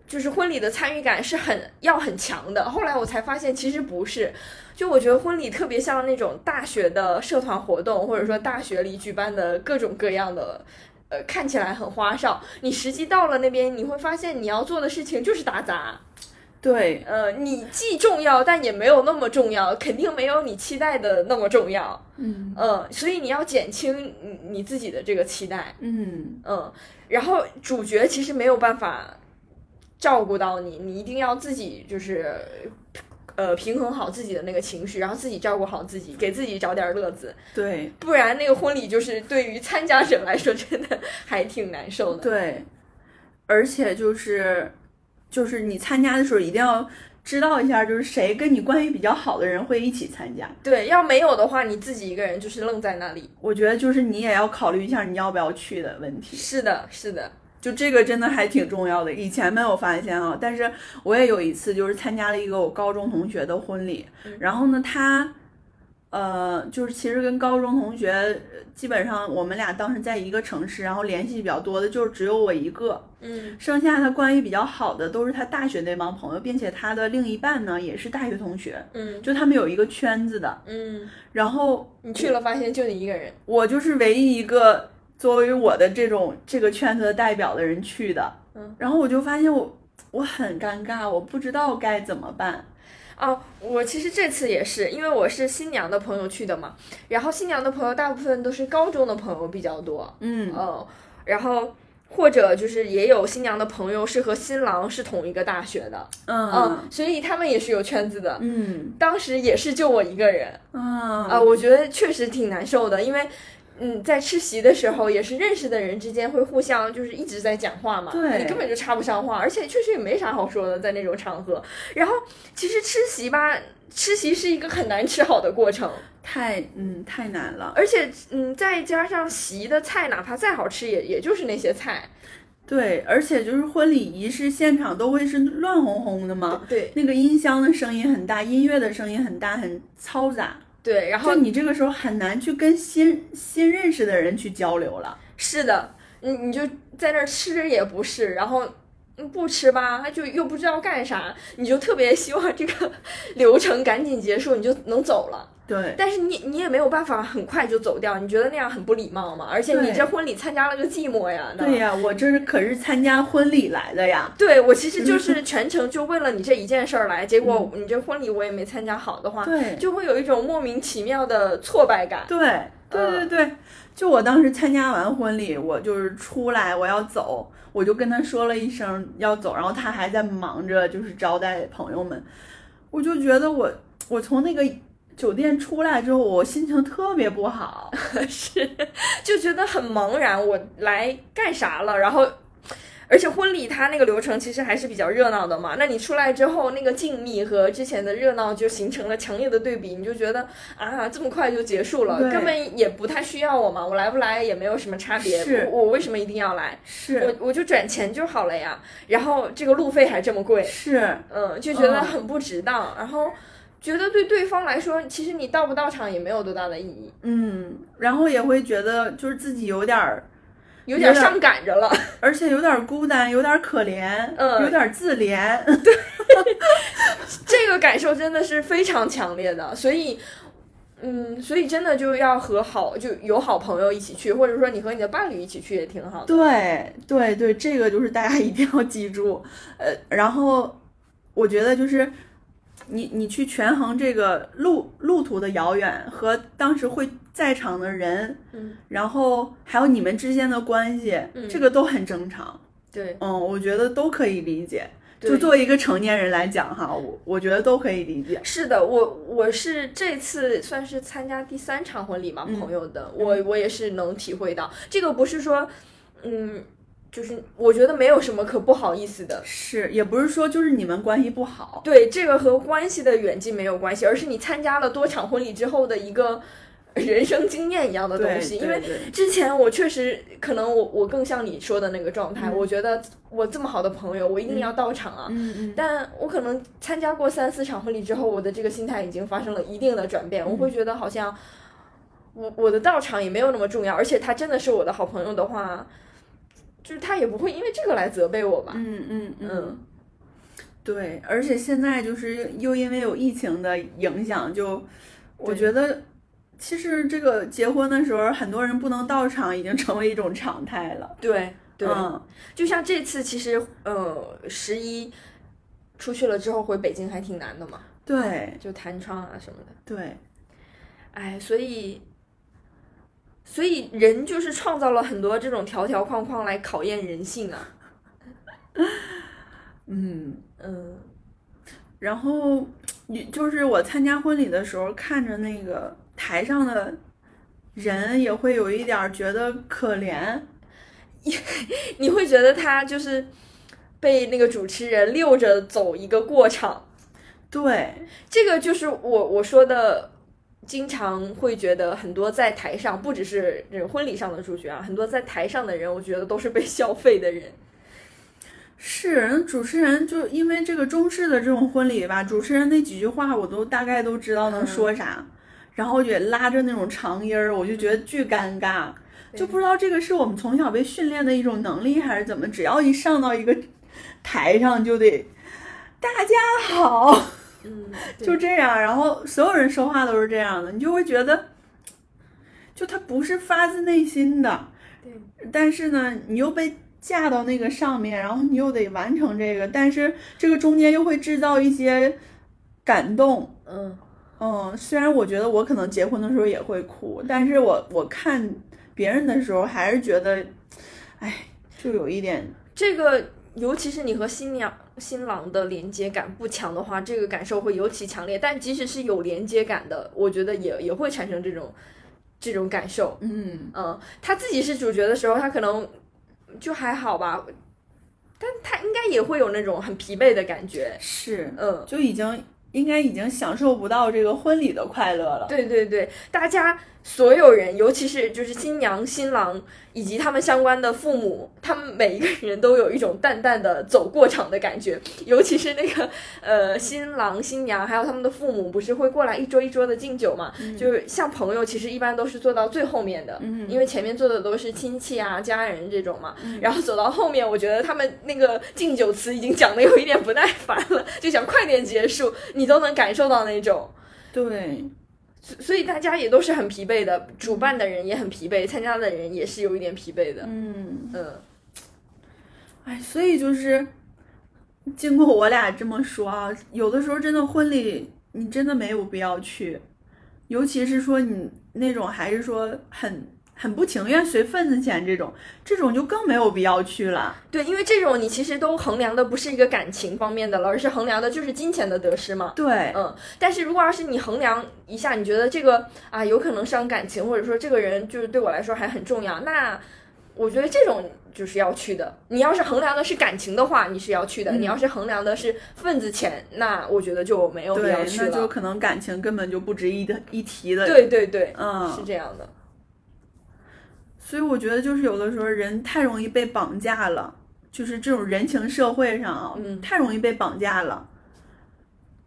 Speaker 3: 就是婚礼的参与感是很要很强的。后来我才发现其实不是，就我觉得婚礼特别像那种大学的社团活动，或者说大学里举办的各种各样的。呃，看起来很花哨，你实际到了那边，你会发现你要做的事情就是打杂。
Speaker 2: 对
Speaker 3: 呃，你既重要，但也没有那么重要，肯定没有你期待的那么重要。
Speaker 2: 嗯
Speaker 3: 嗯，所以你要减轻你你自己的这个期待，
Speaker 2: 嗯，
Speaker 3: 嗯，然后主角其实没有办法照顾到你，你一定要自己就是呃平衡好自己的那个情绪，然后自己照顾好自己，给自己找点乐子，
Speaker 2: 对
Speaker 3: 不然那个婚礼就是对于参加者来说 真的还挺难受的。
Speaker 2: 对，而且就是就是你参加的时候一定要。知道一下，就是谁跟你关系比较好的人会一起参加。
Speaker 3: 对，要没有的话，你自己一个人就是愣在那里。
Speaker 2: 我觉得就是你也要考虑一下你要不要去的问题。
Speaker 3: 是的，是的，
Speaker 2: 就这个真的还挺重要的，以前没有发现啊。但是我也有一次，就是参加了一个我高中同学的婚礼，然后呢，他，呃，就是其实跟高中同学呃基本上我们俩当时在一个城市，然后联系比较多的就是只有我一个，
Speaker 3: 嗯
Speaker 2: 剩下的关系比较好的都是他大学那帮朋友，并且他的另一半呢也是大学同学，
Speaker 3: 嗯
Speaker 2: 就他们有一个圈子的。
Speaker 3: 嗯，
Speaker 2: 然后
Speaker 3: 你去了发现就你一个人，
Speaker 2: 我就是唯一一个作为我的这种这个圈子的代表的人去的，
Speaker 3: 嗯，
Speaker 2: 然后我就发现我我很尴尬，我不知道该怎么办，
Speaker 3: 哦，我其实这次也是，因为我是新娘的朋友去的嘛，然后新娘的朋友大部分都是高中的朋友比较多，
Speaker 2: 嗯
Speaker 3: 哦，然后或者就是也有新娘的朋友是和新郎是同一个大学的，
Speaker 2: 嗯
Speaker 3: 所以他们也是有圈子的。
Speaker 2: 嗯
Speaker 3: 当时也是就我一个人
Speaker 2: 嗯
Speaker 3: 啊、我觉得确实挺难受的，因为。嗯，在吃席的时候，也是认识的人之间会互相就是一直在讲话嘛，
Speaker 2: 对
Speaker 3: 你根本就插不上话，而且确实也没啥好说的，在那种场合。然后其实吃席吧，吃席是一个很难吃好的过程，
Speaker 2: 太嗯太难了，
Speaker 3: 而且嗯，再加上席的菜哪怕再好吃也也就是那些菜，
Speaker 2: 对，而且就是婚礼仪式现场都会是乱哄哄的嘛，
Speaker 3: 对
Speaker 2: 那个音箱的声音很大，音乐的声音很大，很嘈杂，
Speaker 3: 对，然后
Speaker 2: 就你这个时候很难去跟新新认识的人去交流了，
Speaker 3: 是的，你你就在那儿吃也不是，然后嗯不吃吧，就又不知道干啥，你就特别希望这个 流程赶紧结束，你就能走了。
Speaker 2: 对。
Speaker 3: 但是你你也没有办法很快就走掉，你觉得那样很不礼貌嘛？而且你
Speaker 2: 对
Speaker 3: 这婚礼参加了个寂寞呀，那
Speaker 2: 对呀、我这是可是参加婚礼来的呀。
Speaker 3: 对我
Speaker 2: 嗯
Speaker 3: 其实就是全程就为了你这一件事儿来，结果你这婚礼我也没参加好的话，
Speaker 2: 对
Speaker 3: 就会有一种莫名其妙的挫败感。
Speaker 2: 对对对对，就我当时参加完婚礼，我就是出来我要走，我就跟他说了一声要走，然后他还在忙着就是招待朋友们，我就觉得我我从那个酒店出来之后，我心情特别不好。
Speaker 3: 是，就觉得很茫然，我来干啥了？然后，而且婚礼它那个流程其实还是比较热闹的嘛。那你出来之后，那个静谧和之前的热闹就形成了强烈的对比，你就觉得啊，这么快就结束了，
Speaker 2: 对
Speaker 3: 根本也不太需要我嘛，我来不来也没有什么差别，
Speaker 2: 是
Speaker 3: 我我为什么一定要来？
Speaker 2: 是
Speaker 3: 我我就转钱就好了呀，然后这个路费还这么贵，
Speaker 2: 是，
Speaker 3: 嗯，就觉得
Speaker 2: 嗯
Speaker 3: 很不值当，然后觉得对对方来说，其实你到不到场也没有多大的意义，
Speaker 2: 嗯，然后也会觉得就是自己有点儿，
Speaker 3: 有点
Speaker 2: 有点
Speaker 3: 上赶着了。
Speaker 2: 而且有点儿孤单，有点儿可怜，
Speaker 3: 嗯
Speaker 2: 有点儿自怜。
Speaker 3: 这个感受真的是非常强烈的，所以，嗯，所以真的就要和好就有好朋友一起去，或者说你和你的伴侣一起去也挺好的。
Speaker 2: 对对对，这个就是大家一定要记住。呃，然后我觉得就是你你去权衡这个路路途的遥远和当时会在场的人，
Speaker 3: 嗯，
Speaker 2: 然后还有你们之间的关系，
Speaker 3: 嗯
Speaker 2: 这个都很正常。
Speaker 3: 对，
Speaker 2: 嗯，我觉得都可以理解。
Speaker 3: 对
Speaker 2: 就作为一个成年人来讲哈，我我觉得都可以理解。
Speaker 3: 是的，我我是这次算是参加第三场婚礼吧，
Speaker 2: 嗯
Speaker 3: 朋友的，我我也是能体会到，这个不是说，嗯，就是我觉得没有什么可不好意思的。
Speaker 2: 是，也不是说就是你们关系不好，
Speaker 3: 对，这个和关系的远近没有关系，而是你参加了多场婚礼之后的一个人生经验一样的东
Speaker 2: 对
Speaker 3: 西，
Speaker 2: 对
Speaker 3: 因为嗯
Speaker 2: 对
Speaker 3: 之前我确实可能我我更像你说的那个状态，我觉得我这么好的朋友，我一定要到场啊。
Speaker 2: 嗯嗯，
Speaker 3: 但我可能参加过三四场婚礼之后，我的这个心态已经发生了一定的转
Speaker 2: 嗯
Speaker 3: 变，我会觉得好像我我的到场也没有那么重要，而且他真的是我的好朋友的话，就是他也不会因为这个来责备我吧。
Speaker 2: 嗯嗯
Speaker 3: 嗯
Speaker 2: 嗯，对，而且现在就是又因为有疫情的影响，就我
Speaker 3: 对
Speaker 2: 觉得其实这个结婚的时候，很多人不能到场已经成为一种常态了。
Speaker 3: 对对，
Speaker 2: 嗯
Speaker 3: 就像这次其实呃十一出去了之后回北京还挺难的嘛，
Speaker 2: 对
Speaker 3: 就弹窗啊什么的。
Speaker 2: 对，
Speaker 3: 哎，所以，所以人就是创造了很多这种条条框框来考验人性啊。
Speaker 2: 嗯。
Speaker 3: 嗯
Speaker 2: 然后你就是我参加婚礼的时候，看着那个台上的人，也会有一点儿觉得可怜。
Speaker 3: 你会觉得他就是被那个主持人溜着走一个过场，
Speaker 2: 对，
Speaker 3: 这个就是我我说的经常会觉得很多在台上，不只是这个婚礼上的主角啊，很多在台上的人，我觉得都是被消费的人。
Speaker 2: 是，那主持人就因为这个中式的这种婚礼吧，主持人那几句话我都大概都知道能说啥，然后也拉着那种长音儿，我就觉得巨尴尬，就不知道这个是我们从小被训练的一种能力还是怎么，只要一上到一个台上就得大家好，
Speaker 3: 嗯，
Speaker 2: 就这样，然后所有人说话都是这样的，你就会觉得，就他不是发自内心的，
Speaker 3: 对，
Speaker 2: 但是呢，你又被架到那个上面，然后你又得完成这个，但是这个中间又会制造一些感动。
Speaker 3: 嗯，
Speaker 2: 嗯，虽然我觉得我可能结婚的时候也会哭，但是我我看别人的时候还是觉得，哎，就有一点
Speaker 3: 这个尤其是你和新娘、新郎的连接感不强的话，这个感受会尤其强烈。但即使是有连接感的，我觉得也也会产生这种这种感受。
Speaker 2: 嗯，
Speaker 3: 嗯，他自己是主角的时候，他可能就还好吧，但他应该也会有那种很疲惫的感觉。
Speaker 2: 是，
Speaker 3: 嗯，
Speaker 2: 就已经应该已经享受不到这个婚礼的快乐了。
Speaker 3: 对对对，大家所有人，尤其是就是新娘、新郎以及他们相关的父母，他们每一个人都有一种淡淡的走过场的感觉。尤其是那个 呃，新郎、新娘还有他们的父母，不是会过来一桌一桌的敬酒嘛？就是像朋友，其实一般都是坐到最后面的，
Speaker 2: 嗯
Speaker 3: 因为前面坐的都是亲戚啊、家人这种嘛。然后走到后面，我觉得他们那个敬酒词已经讲的有一点不耐烦了，就想快点结束，你都能感受到那种。
Speaker 2: 对，
Speaker 3: 所以大家也都是很疲惫的，主办的人也很疲惫，参加的人也是有一点疲惫的。
Speaker 2: 嗯。
Speaker 3: 嗯
Speaker 2: 哎，所以就是经过我俩这么说啊，有的时候真的婚礼你真的没有必要去，尤其是说你那种还是说很很不情愿随份子钱这种，这种就更没有必要去了。
Speaker 3: 对，因为这种你其实都衡量的不是一个感情方面的了，而是衡量的就是金钱的得失嘛。
Speaker 2: 对，
Speaker 3: 嗯，但是如果要是你衡量一下，你觉得这个啊有可能伤感情，或者说这个人就是对我来说还很重要，那我觉得这种就是要去的。你要是衡量的是感情的话，你是要去的；
Speaker 2: 嗯
Speaker 3: 你要是衡量的是份子钱，那我觉得就没有必要
Speaker 2: 对，
Speaker 3: 去
Speaker 2: 那就
Speaker 3: 了。
Speaker 2: 可能感情根本就不值一的一提的。，
Speaker 3: 对对对，
Speaker 2: 嗯，
Speaker 3: 是这样的。
Speaker 2: 所以我觉得就是有的时候人太容易被绑架了，就是这种人情社会上啊，
Speaker 3: 嗯
Speaker 2: 太容易被绑架了。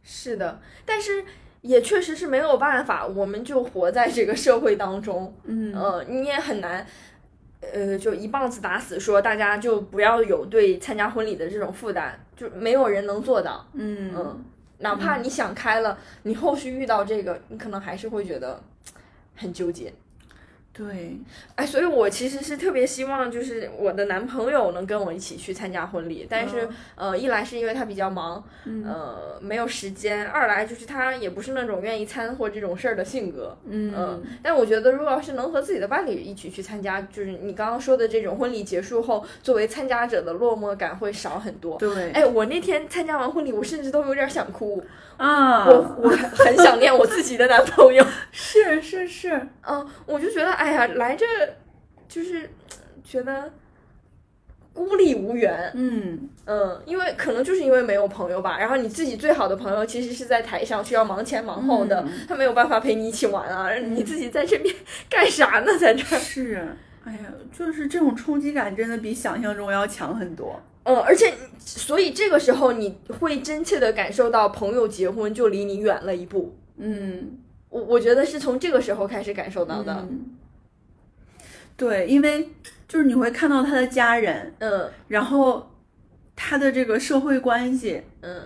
Speaker 3: 是的，但是也确实是没有办法，我们就活在这个社会当中，
Speaker 2: 嗯
Speaker 3: 呃，你也很难。呃，就一棒子打死说，大家就不要有对参加婚礼的这种负担，就没有人能做到。
Speaker 2: 嗯
Speaker 3: 嗯，哪怕你想开了，你后续遇到这个，你可能还是会觉得很纠结。
Speaker 2: 对，
Speaker 3: 哎，所以我其实是特别希望，就是我的男朋友能跟我一起去参加婚礼，但是、呃，一来是因为他比较忙，
Speaker 2: 嗯
Speaker 3: 呃，没有时间；二来就是他也不是那种愿意掺和这种事儿的性格。
Speaker 2: 嗯
Speaker 3: 嗯，但我觉得，如果要是能和自己的伴侣一起去参加，就是你刚刚说的这种婚礼结束后，作为参加者的落寞感会少很多。
Speaker 2: 对，
Speaker 3: 哎，我那天参加完婚礼，我甚至都有点想哭，
Speaker 2: 啊，
Speaker 3: 我我很想念我自己的男 朋友。
Speaker 2: 是是是，
Speaker 3: 嗯，我就觉得，哎呀，来这就是觉得孤立无援。
Speaker 2: 嗯，
Speaker 3: 嗯，因为可能就是因为没有朋友吧，然后你自己最好的朋友其实是在台上需要忙前忙后的，
Speaker 2: 嗯
Speaker 3: 他没有办法陪你一起玩啊，你自己在这边干啥呢？在这儿，
Speaker 2: 是，哎呀，就是这种冲击感真的比想象中要强很多。
Speaker 3: 嗯，而且所以这个时候你会真切的感受到朋友结婚就离你远了一步，
Speaker 2: 嗯，
Speaker 3: 我我觉得是从这个时候开始感受到的，
Speaker 2: 嗯对，因为就是你会看到他的家人，
Speaker 3: 嗯
Speaker 2: 然后他的这个社会关系，
Speaker 3: 嗯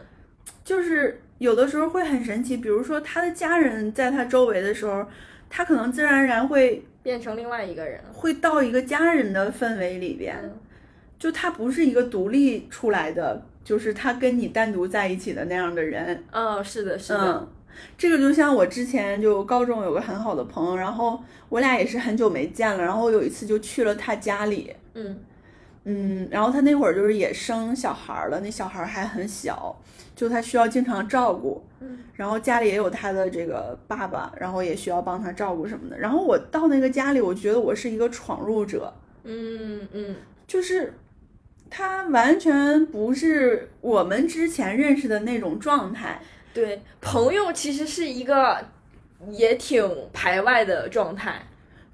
Speaker 2: 就是有的时候会很神奇。比如说他的家人在他周围的时候，他可能自然而然会
Speaker 3: 变成另外一个人了，
Speaker 2: 会到一个家人的氛围里边。
Speaker 3: 嗯
Speaker 2: 就他不是一个独立出来的，就是他跟你单独在一起的那样的人。
Speaker 3: 嗯，是的，是的，
Speaker 2: 嗯，这个就像我之前就高中有个很好的朋友，然后我俩也是很久没见了，然后有一次就去了他家里，
Speaker 3: 嗯
Speaker 2: 嗯，然后他那会儿就是也生小孩儿了，那小孩儿还很小，就他需要经常照顾，
Speaker 3: 嗯，
Speaker 2: 然后家里也有他的这个爸爸，然后也需要帮他照顾什么的。然后我到那个家里，我觉得我是一个闯入者，
Speaker 3: 嗯嗯
Speaker 2: 就是他完全不是我们之前认识的那种状态。
Speaker 3: 对，朋友其实是一个也挺排外的状态，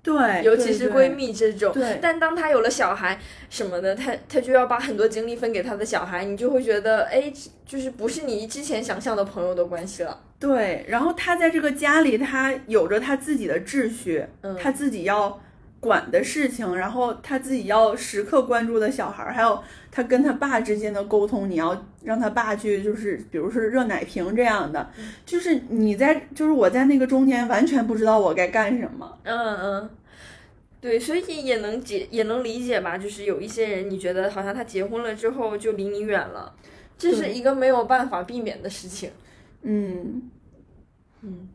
Speaker 2: 对，
Speaker 3: 尤其
Speaker 2: 对
Speaker 3: 是
Speaker 2: 对
Speaker 3: 闺蜜这种。
Speaker 2: 对
Speaker 3: 但当她有了小孩什么的，她她就要把很多精力分给她的小孩，你就会觉得，哎，就是不是你之前想象的朋友的关系了。
Speaker 2: 对，然后他在这个家里，他有着他自己的秩序，
Speaker 3: 嗯
Speaker 2: 他自己要管的事情，然后他自己要时刻关注的小孩儿，还有他跟他爸之间的沟通，你要让他爸去，就是比如说热奶瓶这样的，就是你在，就是我在那个中间完全不知道我该干什么。
Speaker 3: 嗯嗯，对，所以也能解，也能理解吧。就是有一些人，你觉得好像他结婚了之后就离你远了，这是
Speaker 2: 对
Speaker 3: 一个没有办法避免的事情。
Speaker 2: 嗯，
Speaker 3: 嗯，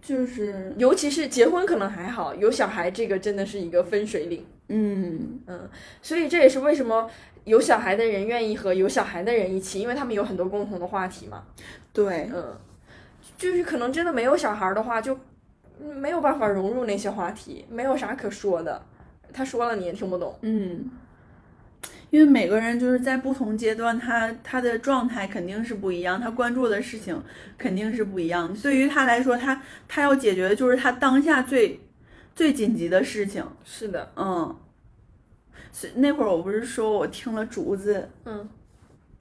Speaker 2: 就是，
Speaker 3: 尤其是结婚可能还好，有小孩这个真的是一个分水岭。
Speaker 2: 嗯，
Speaker 3: 嗯，所以这也是为什么有小孩的人愿意和有小孩的人一起，因为他们有很多共同的话题嘛。
Speaker 2: 对，
Speaker 3: 嗯，就是可能真的没有小孩的话，就嗯没有办法融入那些话题，没有啥可说的。他说了你也听不懂。
Speaker 2: 嗯，因为每个人就是在不同阶段，他他的状态肯定是不一样，他关注的事情肯定是不一样。对于他来说，他他要解决的就是他当下最最紧急的事情。
Speaker 3: 是的，
Speaker 2: 嗯，所以那会儿我不是说我听了竹子
Speaker 3: 嗯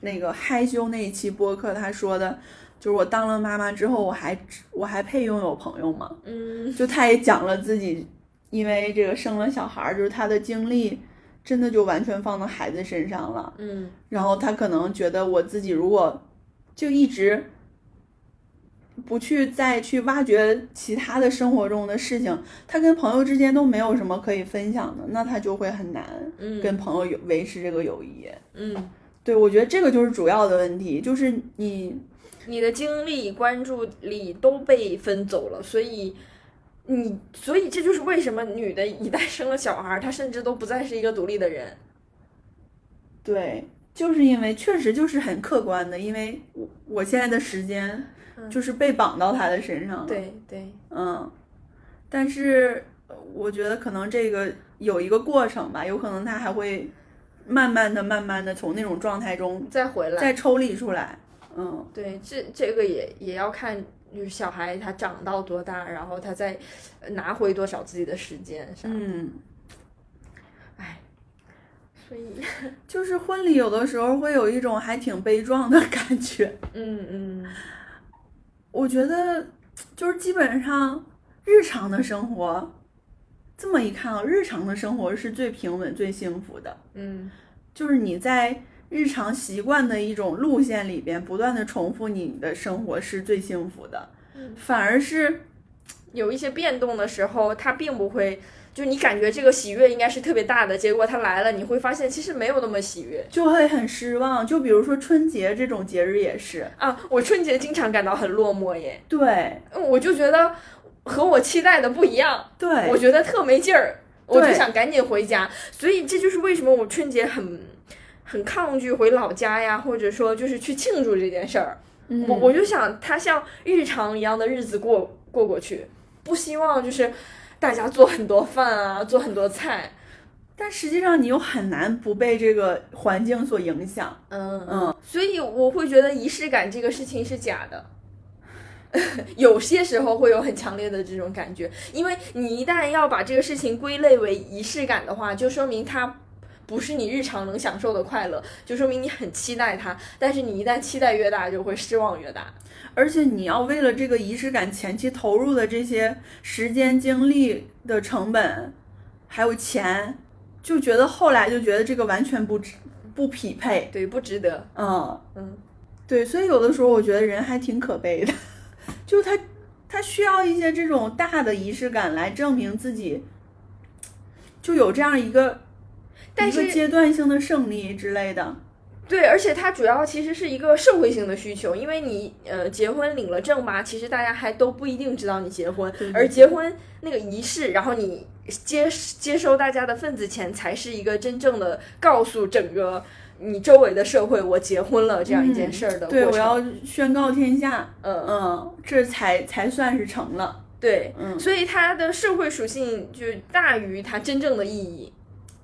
Speaker 2: 那个害羞那一期播客，他说的，就是我当了妈妈之后，我还我还配拥有朋友吗？
Speaker 3: 嗯
Speaker 2: 就他也讲了自己因为这个生了小孩儿，就是他的精力真的就完全放到孩子身上了。
Speaker 3: 嗯
Speaker 2: 然后他可能觉得我自己如果就一直不去再去挖掘其他的生活中的事情，他跟朋友之间都没有什么可以分享的，那他就会很难
Speaker 3: 嗯
Speaker 2: 跟朋友有维持这个友谊。
Speaker 3: 嗯，
Speaker 2: 对，我觉得这个就是主要的问题，就是你
Speaker 3: 你的精力、关注力都被分走了，所以。你所以这就是为什么女的一旦生了小孩，她甚至都不再是一个独立的人。
Speaker 2: 对，就是因为确实就是很客观的，因为我我现在的时间
Speaker 3: 嗯
Speaker 2: 就是被绑到他的身上了。，
Speaker 3: 对对，
Speaker 2: 嗯，但是呃我觉得可能这个有一个过程吧，有可能他还会慢慢的、慢慢的从那种状态中
Speaker 3: 再回来，
Speaker 2: 再抽离出来。嗯，
Speaker 3: 对，这这个也也要看，就是小孩他长到多大，然后他再呃拿回多少自己的时间啥。
Speaker 2: 嗯，
Speaker 3: 所以，
Speaker 2: 就是婚礼有的时候会有一种还挺悲壮的感觉。
Speaker 3: 嗯嗯
Speaker 2: 我觉得就是基本上日常的生活，这么一看啊，日常的生活是最平稳、最幸福的。
Speaker 3: 嗯
Speaker 2: 就是你在日常习惯的一种路线里边，不断的重复你的生活是最幸福的，
Speaker 3: 嗯，
Speaker 2: 反而是
Speaker 3: 有一些变动的时候，他并不会，就你感觉这个喜悦应该是特别大的，结果他来了，你会发现其实没有那么喜悦
Speaker 2: 就会很失望。就比如说春节这种节日也是，
Speaker 3: 啊。我春节经常感到很落寞耶，
Speaker 2: 对
Speaker 3: 嗯我就觉得和我期待的不一样。我
Speaker 2: 对
Speaker 3: 觉得特没劲儿，我就
Speaker 2: 对
Speaker 3: 想赶紧回家。所以这就是为什么我春节很很抗拒回老家呀，或者说就是去庆祝这件事儿。
Speaker 2: 嗯
Speaker 3: 我我就想它像日常一样的日子过过过去，不希望就是大家做很多饭啊，做很多菜。
Speaker 2: 但实际上你又很难不被这个环境所影响。
Speaker 3: 嗯
Speaker 2: 嗯，
Speaker 3: 所以我会觉得仪式感这个事情是假的。 有些时候会有很强烈的这种感觉，因为你一旦要把这个事情归类为仪式感的话，就说明它不是你日常能享受的快乐，就说明你很期待它。但是你一旦期待越大，就会失望越大。
Speaker 2: 而且你要为了这个仪式感前期投入的这些时间、精力的成本，还有钱，就觉得后来就觉得这个完全不值不匹配。
Speaker 3: 对，不值得。
Speaker 2: 嗯，
Speaker 3: 嗯
Speaker 2: 对，所以有的时候我觉得人还挺可悲的， 就他他需要一些这种大的仪式感来证明自己，就有这样一个
Speaker 3: 但
Speaker 2: 一个
Speaker 3: 是
Speaker 2: 阶段性的胜利之类的。
Speaker 3: 对，而且它主要其实是一个社会性的需求，因为你呃结婚领了证吧，其实大家还都不一定知道你结婚，
Speaker 2: 对对
Speaker 3: 而结婚那个仪式，然后你接接收大家的份子钱，才是一个真正的告诉整个你周围的社会我结婚了这样一件事儿的过程。
Speaker 2: 嗯对，我要宣告天下，
Speaker 3: 嗯
Speaker 2: 嗯，这才才算是成了。
Speaker 3: 对，
Speaker 2: 嗯，
Speaker 3: 所以它的社会属性就大于它真正的意义。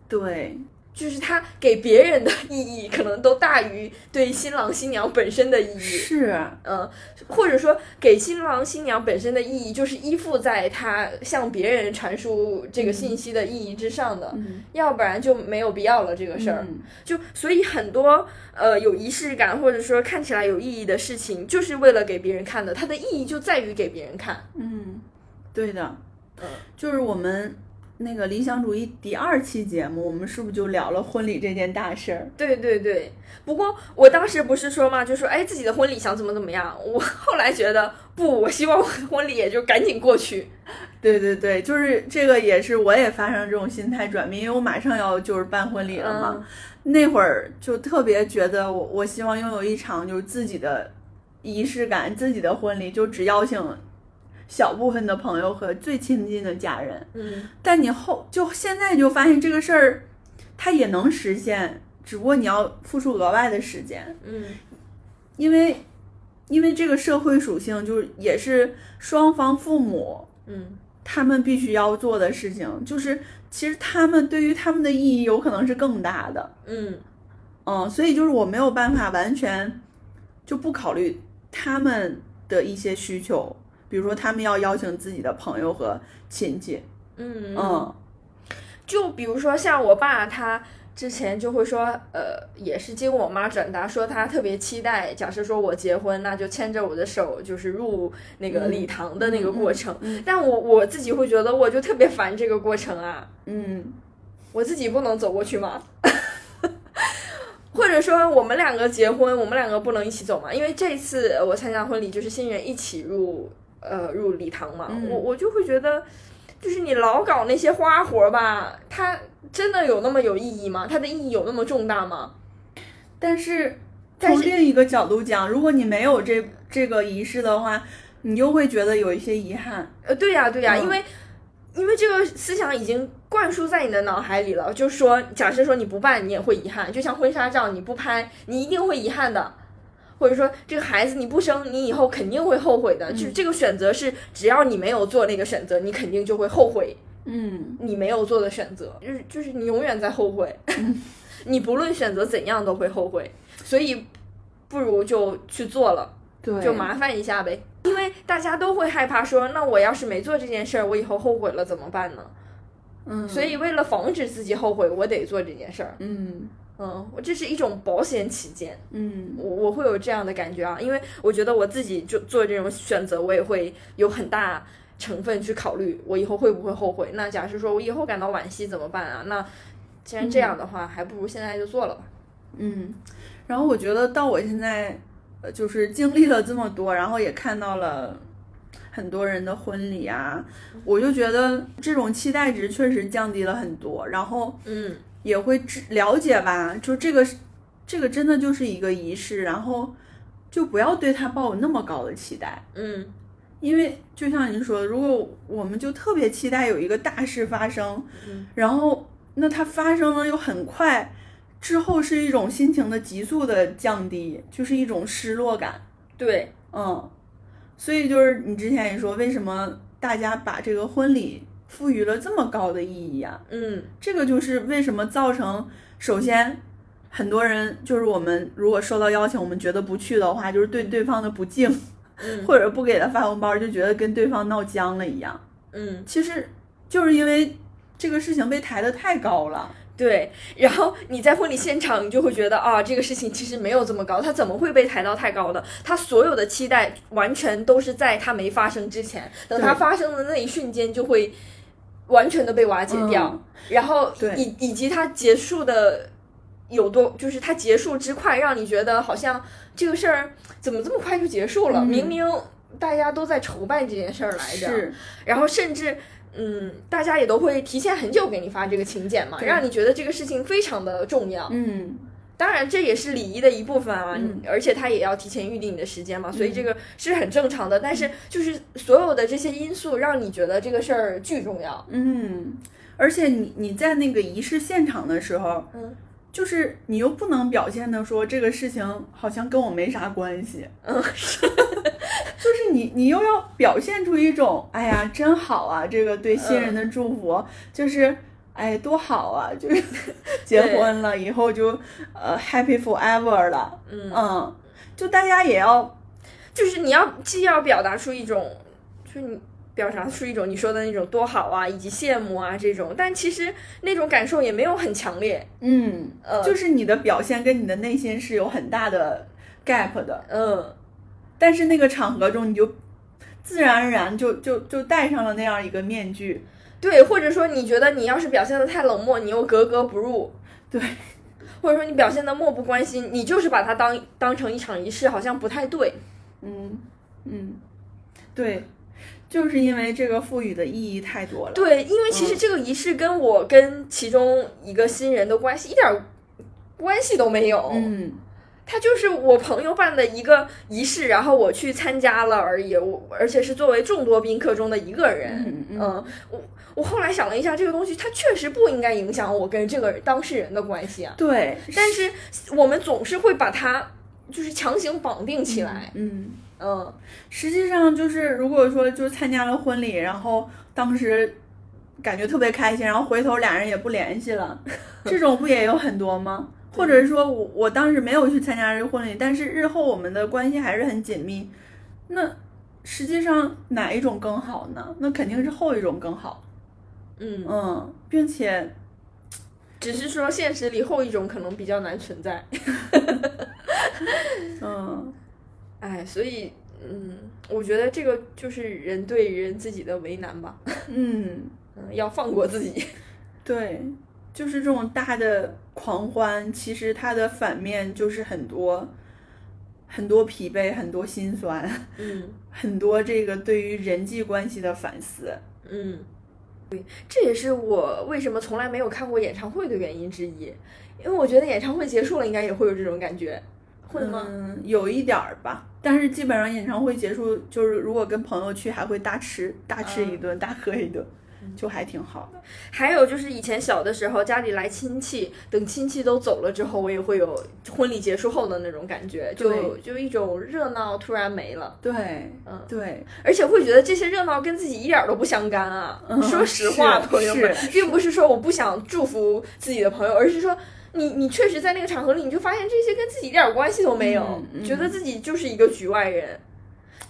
Speaker 2: 对，
Speaker 3: 就是它给别人的意义可能都大于对新郎新娘本身的意义。
Speaker 2: 是，
Speaker 3: 嗯，或者说给新郎新娘本身的意义，就是依附在他向别人传输这个信息的意义之上的，
Speaker 2: 嗯，
Speaker 3: 要不然就没有必要了这个事儿。
Speaker 2: 嗯
Speaker 3: 就所以很多呃有仪式感或者说看起来有意义的事情，就是为了给别人看的，它的意义就在于给别人看。
Speaker 2: 嗯，对的，
Speaker 3: 嗯
Speaker 2: 就是我们那个理想主义第二期节目，我们是不是就聊了婚礼这件大事儿？
Speaker 3: 对对对，不过我当时不是说嘛，就说哎自己的婚礼想怎么怎么样，我 后来觉得不，我希望我的婚礼也就赶紧过去。
Speaker 2: 对对对，就是这个也是我也发生这种心态转变，因为我马上要就是办婚礼了嘛。
Speaker 3: 嗯
Speaker 2: 那会儿就特别觉得我我希望拥有一场就是自己的仪式感，自己的婚礼，就只邀请小部分的朋友和最亲近的家人。
Speaker 3: 嗯，
Speaker 2: 但你后就现在就发现这个事儿，它也能实现，只不过你要付出额外的时间，
Speaker 3: 嗯
Speaker 2: 因为因为这个社会属性就是也是双方父母
Speaker 3: 嗯
Speaker 2: 他们必须要做的事情，就是其实他们对于他们的意义有可能是更大的，
Speaker 3: 嗯
Speaker 2: 嗯，所以就是我没有办法完全就不考虑他们的一些需求，比如说他们要邀请自己的朋友和亲戚，
Speaker 3: 嗯
Speaker 2: 嗯
Speaker 3: 就比如说像我爸他。之前就会说，呃，也是经我妈转达，说他特别期待，假设说我结婚，那就牵着我的手，就是入那个
Speaker 2: 嗯
Speaker 3: 礼堂的那个过程。
Speaker 2: 嗯嗯
Speaker 3: 但我我自己会觉得，我就特别烦这个过程啊，
Speaker 2: 嗯
Speaker 3: 我自己不能走过去吗？ 或者说我们两个结婚，我们两个不能一起走吗？因为这次呃我参加婚礼，就是新人一起入呃入礼堂嘛，
Speaker 2: 嗯
Speaker 3: 我我就会觉得，就是你老搞那些花活儿吧，它真的有那么有意义吗？它的意义有那么重大吗？
Speaker 2: 但是
Speaker 3: 但
Speaker 2: 从
Speaker 3: 是
Speaker 2: 另一个角度讲，如果你没有这这个仪式的话，你又会觉得有一些遗憾。
Speaker 3: 呃，对呀、对呀、
Speaker 2: 嗯
Speaker 3: 因为因为这个思想已经灌输在你的脑海里了，就说假设说你不办，你也会遗憾，就像婚纱照你不拍，你一定会遗憾的。或者说这个孩子你不生，你以后肯定会后悔的。就是这个选择是，只要你没有做那个选择，你肯定就会后悔
Speaker 2: 嗯
Speaker 3: 你没有做的选择。就是就是你永远在后悔， 你不论选择怎样都会后悔。所以不如就去做了。
Speaker 2: 对
Speaker 3: 就麻烦一下呗。因为大家都会害怕说，那我要是没做这件事儿，我以后后悔了怎么办呢？
Speaker 2: 嗯，
Speaker 3: 所以为了防止自己后悔，我得做这件事儿。
Speaker 2: 嗯
Speaker 3: 嗯，我这是一种保险起见，
Speaker 2: 嗯
Speaker 3: 我我会有这样的感觉啊，因为我觉得我自己就做这种选择，我也会有很大成分去考虑我以后会不会后悔。那假设说我以后感到惋惜怎么办啊？那既然这样的话，还不如现在就做了吧。
Speaker 2: 嗯。然后我觉得到我现在，呃就是经历了这么多，然后也看到了。很多人的婚礼啊，我就觉得这种期待值确实降低了很多，然后
Speaker 3: 嗯
Speaker 2: 也会知了解吧，就这个是这个真的就是一个仪式，然后就不要对它抱有那么高的期待，
Speaker 3: 嗯
Speaker 2: 因为就像您说的，如果我们就特别期待有一个大事发生，
Speaker 3: 嗯
Speaker 2: 然后那它发生了又很快，之后是一种心情的急速的降低，就是一种失落感，
Speaker 3: 对，
Speaker 2: 嗯，所以就是你之前也说，为什么大家把这个婚礼赋予了这么高的意义啊？
Speaker 3: 嗯
Speaker 2: 这个就是为什么造成，首先很多人就是我们如果收到邀请，我们觉得不去的话，就是对对方的不敬，
Speaker 3: 嗯
Speaker 2: 或者不给他发红包，就觉得跟对方闹僵了一样。
Speaker 3: 嗯。
Speaker 2: 其实就是因为这个事情被抬得太高了。
Speaker 3: 对，然后你在婚礼现场，你就会觉得啊，这个事情其实没有这么高，他怎么会被抬到太高呢？他所有的期待完全都是在他没发生之前，等他
Speaker 2: 对
Speaker 3: 发生的那一瞬间，就会完全的被瓦解掉，
Speaker 2: 嗯
Speaker 3: 然后
Speaker 2: 对
Speaker 3: 以以及他结束的有多，就是他结束之快，让你觉得好像这个事儿怎么这么快就结束了？
Speaker 2: 嗯
Speaker 3: 明明大家都在筹办这件事儿来着，
Speaker 2: 是，
Speaker 3: 然后甚至嗯，大家也都会提前很久给你发这个请柬嘛，
Speaker 2: 对
Speaker 3: 让你觉得这个事情非常的重要。
Speaker 2: 嗯，
Speaker 3: 当然，这也是礼仪的一部分啊，
Speaker 2: 嗯
Speaker 3: 而且它也要提前预定你的时间嘛，所以这个是很正常的。但是就是所有的这些因素，让你觉得这个事儿巨重要。
Speaker 2: 嗯，而且你你在那个仪式现场的时候，
Speaker 3: 嗯
Speaker 2: 就是你又不能表现的说这个事情好像跟我没啥关系，
Speaker 3: 嗯，是
Speaker 2: 就是你你又
Speaker 3: 嗯
Speaker 2: 要表现出一种哎呀真好啊，这个对新人的祝福，就是哎，多好啊！就是 结婚了以后就呃 happy forever 了，
Speaker 3: 嗯
Speaker 2: 嗯，就大家也要
Speaker 3: 就是你要既要表达出一种，就是你表达出一种你说的那种多好啊，以及羡慕啊这种，但其实那种感受也没有很强烈。
Speaker 2: 嗯，
Speaker 3: 呃，
Speaker 2: 就是你的表现跟你的内心是有很大的 gap 的，
Speaker 3: 嗯，
Speaker 2: 但是那个场合中你就自然而然就就就戴上了那样一个面具，
Speaker 3: 对，或者说你觉得你要是表现的太冷漠，你又格格不入，
Speaker 2: 对，
Speaker 3: 或者说你表现的漠不关心，你就是把它当当成一场仪式，好像不太对。
Speaker 2: 嗯嗯，对，就是因为这个赋予的意义太多了，
Speaker 3: 对，因为其实这个仪式跟我跟其中一个新人的关系一点儿关系都没有，
Speaker 2: 嗯，
Speaker 3: 它就是我朋友办的一个仪式，然后我去参加了而已，我而且是作为众多宾客中的一个人。
Speaker 2: 嗯嗯
Speaker 3: 嗯，我我后来想了一下，这个东西它确实不应该影响我跟这个当事人的关系啊。
Speaker 2: 对，
Speaker 3: 但是我们总是会把它就是强行绑定起来。
Speaker 2: 嗯。
Speaker 3: 嗯，
Speaker 2: 实际上就是，如果说就参加了婚礼，然后当时感觉特别开心，然后回头俩人也不联系了， 这种不也有很多吗？或者是说我我当时没有去参加这个婚礼，但是日后我们的关系还是很紧密，那实际上哪一种更好呢？那肯定是后一种更好。
Speaker 3: 嗯，
Speaker 2: 嗯，并且
Speaker 3: 只是说现实里后一种可能比较难存在。
Speaker 2: 嗯，
Speaker 3: 哎，所以嗯，我觉得这个就是人对人自己的为难吧。
Speaker 2: 嗯，
Speaker 3: 嗯，要放过自己。
Speaker 2: 对，就是这种大的狂欢，其实它的反面就是很多很多疲惫，很多心酸，
Speaker 3: 嗯
Speaker 2: 很多这个对于人际关系的反思。
Speaker 3: 嗯，对，这也是我为什么从来没有看过演唱会的原因之一，因为我觉得演唱会结束了应该也会有这种感觉，会吗？
Speaker 2: 嗯，有一点儿吧，但是基本上演唱会结束，就是如果跟朋友去，还会大吃大吃
Speaker 3: 嗯
Speaker 2: 一顿，大喝一顿，就还挺好的。
Speaker 3: 还有就是以前小的时候，家里来亲戚，等亲戚都走了之后，我也会有婚礼结束后的那种感觉，就
Speaker 2: 对
Speaker 3: 就一种热闹突然没了，
Speaker 2: 对，
Speaker 3: 嗯
Speaker 2: 对，
Speaker 3: 而且会觉得这些热闹跟自己一点儿都不相干啊。
Speaker 2: 嗯
Speaker 3: 说实话，
Speaker 2: 是
Speaker 3: 朋友们，
Speaker 2: 是
Speaker 3: 并不是说我不想祝福自己的朋友，而是说。你你确实在那个场合里，你就发现这些跟自己一点儿关系都没有，
Speaker 2: 嗯嗯
Speaker 3: 觉得自己就是一个局外人。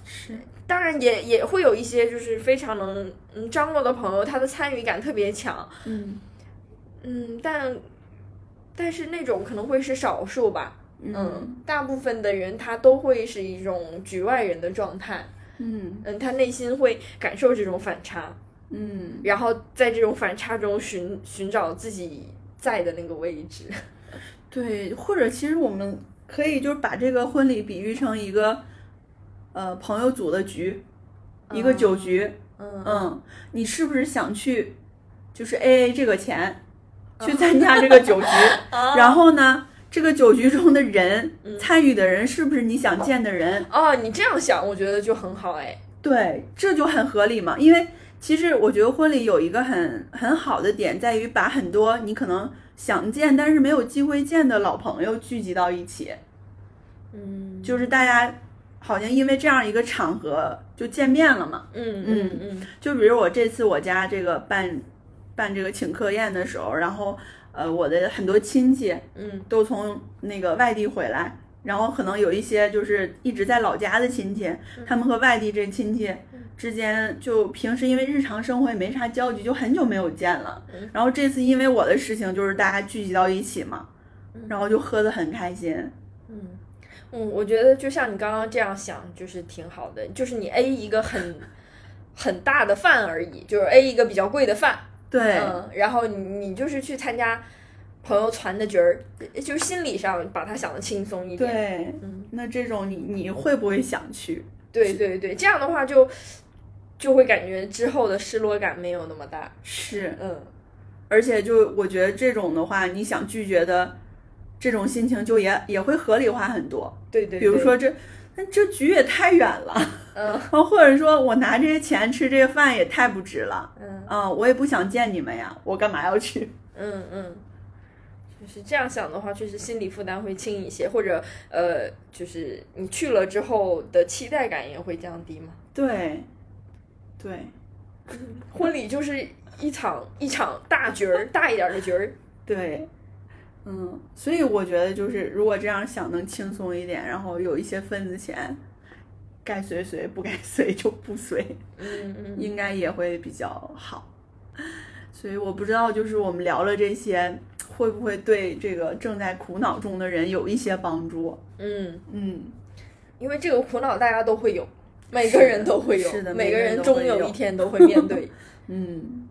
Speaker 2: 是，
Speaker 3: 当然也也会有一些就是非常能嗯张罗的朋友，他的参与感特别强，
Speaker 2: 嗯
Speaker 3: 嗯，但但是那种可能会是少数吧。
Speaker 2: 嗯
Speaker 3: 大部分的人他都会是一种局外人的状态。
Speaker 2: 嗯
Speaker 3: 嗯，他内心会感受这种反差，
Speaker 2: 嗯，
Speaker 3: 然后在这种反差中寻寻找自己在的那个位置。
Speaker 2: 对，或者其实我们可以就是把这个婚礼比喻成一个，呃，朋友组的局，一个酒局。
Speaker 3: 嗯
Speaker 2: 嗯，你是不是想去，就是 A A 这个钱，去参加这个酒局？然后呢，这个酒局中的人，参与的人是不是你想见的人？
Speaker 3: 哦，你这样想，我觉得就很好哎。
Speaker 2: 对，这就很合理嘛。因为其实我觉得婚礼有一个很很好的点，在于把很多你可能想见但是没有机会见的老朋友聚集到一起。
Speaker 3: 嗯，
Speaker 2: 就是大家好像因为这样一个场合就见面了嘛。
Speaker 3: 嗯嗯嗯
Speaker 2: 就比如我这次我家这个办办这个请客宴的时候，然后呃我的很多亲戚
Speaker 3: 嗯
Speaker 2: 都从那个外地回来，然后可能有一些就是一直在老家的亲戚，他们和外地这亲戚之间就平时因为日常生活也没啥交集，就很久没有见了。然后这次因为我的事情，就是大家聚集到一起嘛，然后就喝得很开心。
Speaker 3: 嗯嗯，我觉得就像你刚刚这样想，就是挺好的。就是你 A 一个很很大的饭而已，就是 A 一个比较贵的饭，
Speaker 2: 对，
Speaker 3: 嗯，然后你你就是去参加朋友团的局儿，呃就是心理上把它想的轻松一点。
Speaker 2: 对，
Speaker 3: 嗯
Speaker 2: 那这种你你会不会想去？
Speaker 3: 对对对，这样的话就就会感觉之后的失落感没有那么大。
Speaker 2: 是，
Speaker 3: 嗯，
Speaker 2: 而且就我觉得这种的话，你想拒绝的这种心情就也也会合理化很多。
Speaker 3: 对对对。
Speaker 2: 比如说，这，那这局也太远了，
Speaker 3: 嗯
Speaker 2: 然后 或者说我拿这些钱吃这些饭也太不值了。
Speaker 3: 嗯
Speaker 2: 啊、我也不想见你们呀，我干嘛要去？
Speaker 3: 嗯嗯，就是这样想的话，确实心理负担会轻一些，或者呃，就是你去了之后的期待感也会降低嘛。
Speaker 2: 对，对，
Speaker 3: 婚礼就是一场一场大局儿，大一点儿的局儿。
Speaker 2: 对，嗯，所以我觉得就是如果这样想能轻松一点，然后有一些份子钱，该随随，不该随就不随，
Speaker 3: 嗯嗯
Speaker 2: 应该也会比较好。所以我不知道，就是我们聊了这些，会不会对这个正在苦恼中的人有一些帮助？
Speaker 3: 嗯，
Speaker 2: 嗯，
Speaker 3: 因为这个苦恼大家都会有，每
Speaker 2: 是
Speaker 3: 个
Speaker 2: 的
Speaker 3: 人都会有，
Speaker 2: 是的每
Speaker 3: 每
Speaker 2: 个
Speaker 3: 个
Speaker 2: 人
Speaker 3: 人
Speaker 2: 都
Speaker 3: 终
Speaker 2: 会有
Speaker 3: 有一天都会面对。
Speaker 2: 嗯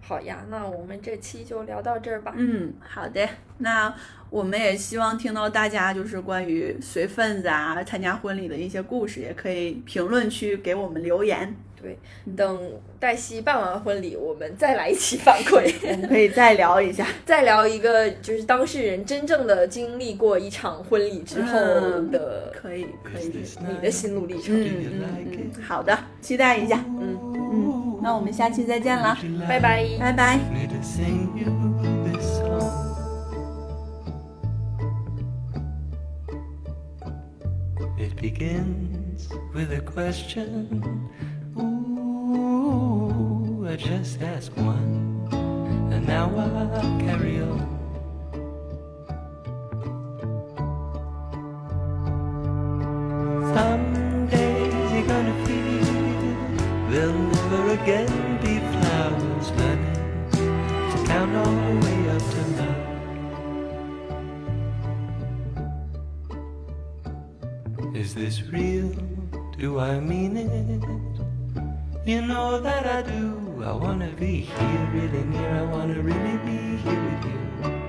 Speaker 3: 好呀，那我们这期就聊到这儿吧。
Speaker 2: 嗯，好的。那我们也希望听到大家就是关于随份子啊、参加婚礼的一些故事，也可以评论区给我们留言，
Speaker 3: 等黛西办完婚礼，我们再来一起反馈，
Speaker 2: 我们可以再聊一下。
Speaker 3: 再聊一个就是当事人真正的经历过一场婚礼之后
Speaker 2: 嗯
Speaker 3: 的
Speaker 2: 可以，可以。
Speaker 3: 你的心路历程。
Speaker 2: 嗯嗯嗯，好的，期待一下。
Speaker 3: 嗯，
Speaker 2: 嗯，那我们下期再见了，
Speaker 3: 拜拜。
Speaker 2: 拜拜。
Speaker 1: me to sing you this song. It begins with a question. Ooh, I just ask one, and now I'll carry on. Some days you're gonna feel there'll never again be flowers burning count all the way up to love. Is this real? Do I mean it? You know that I do. I wanna be here, really near. I wanna really be here with you.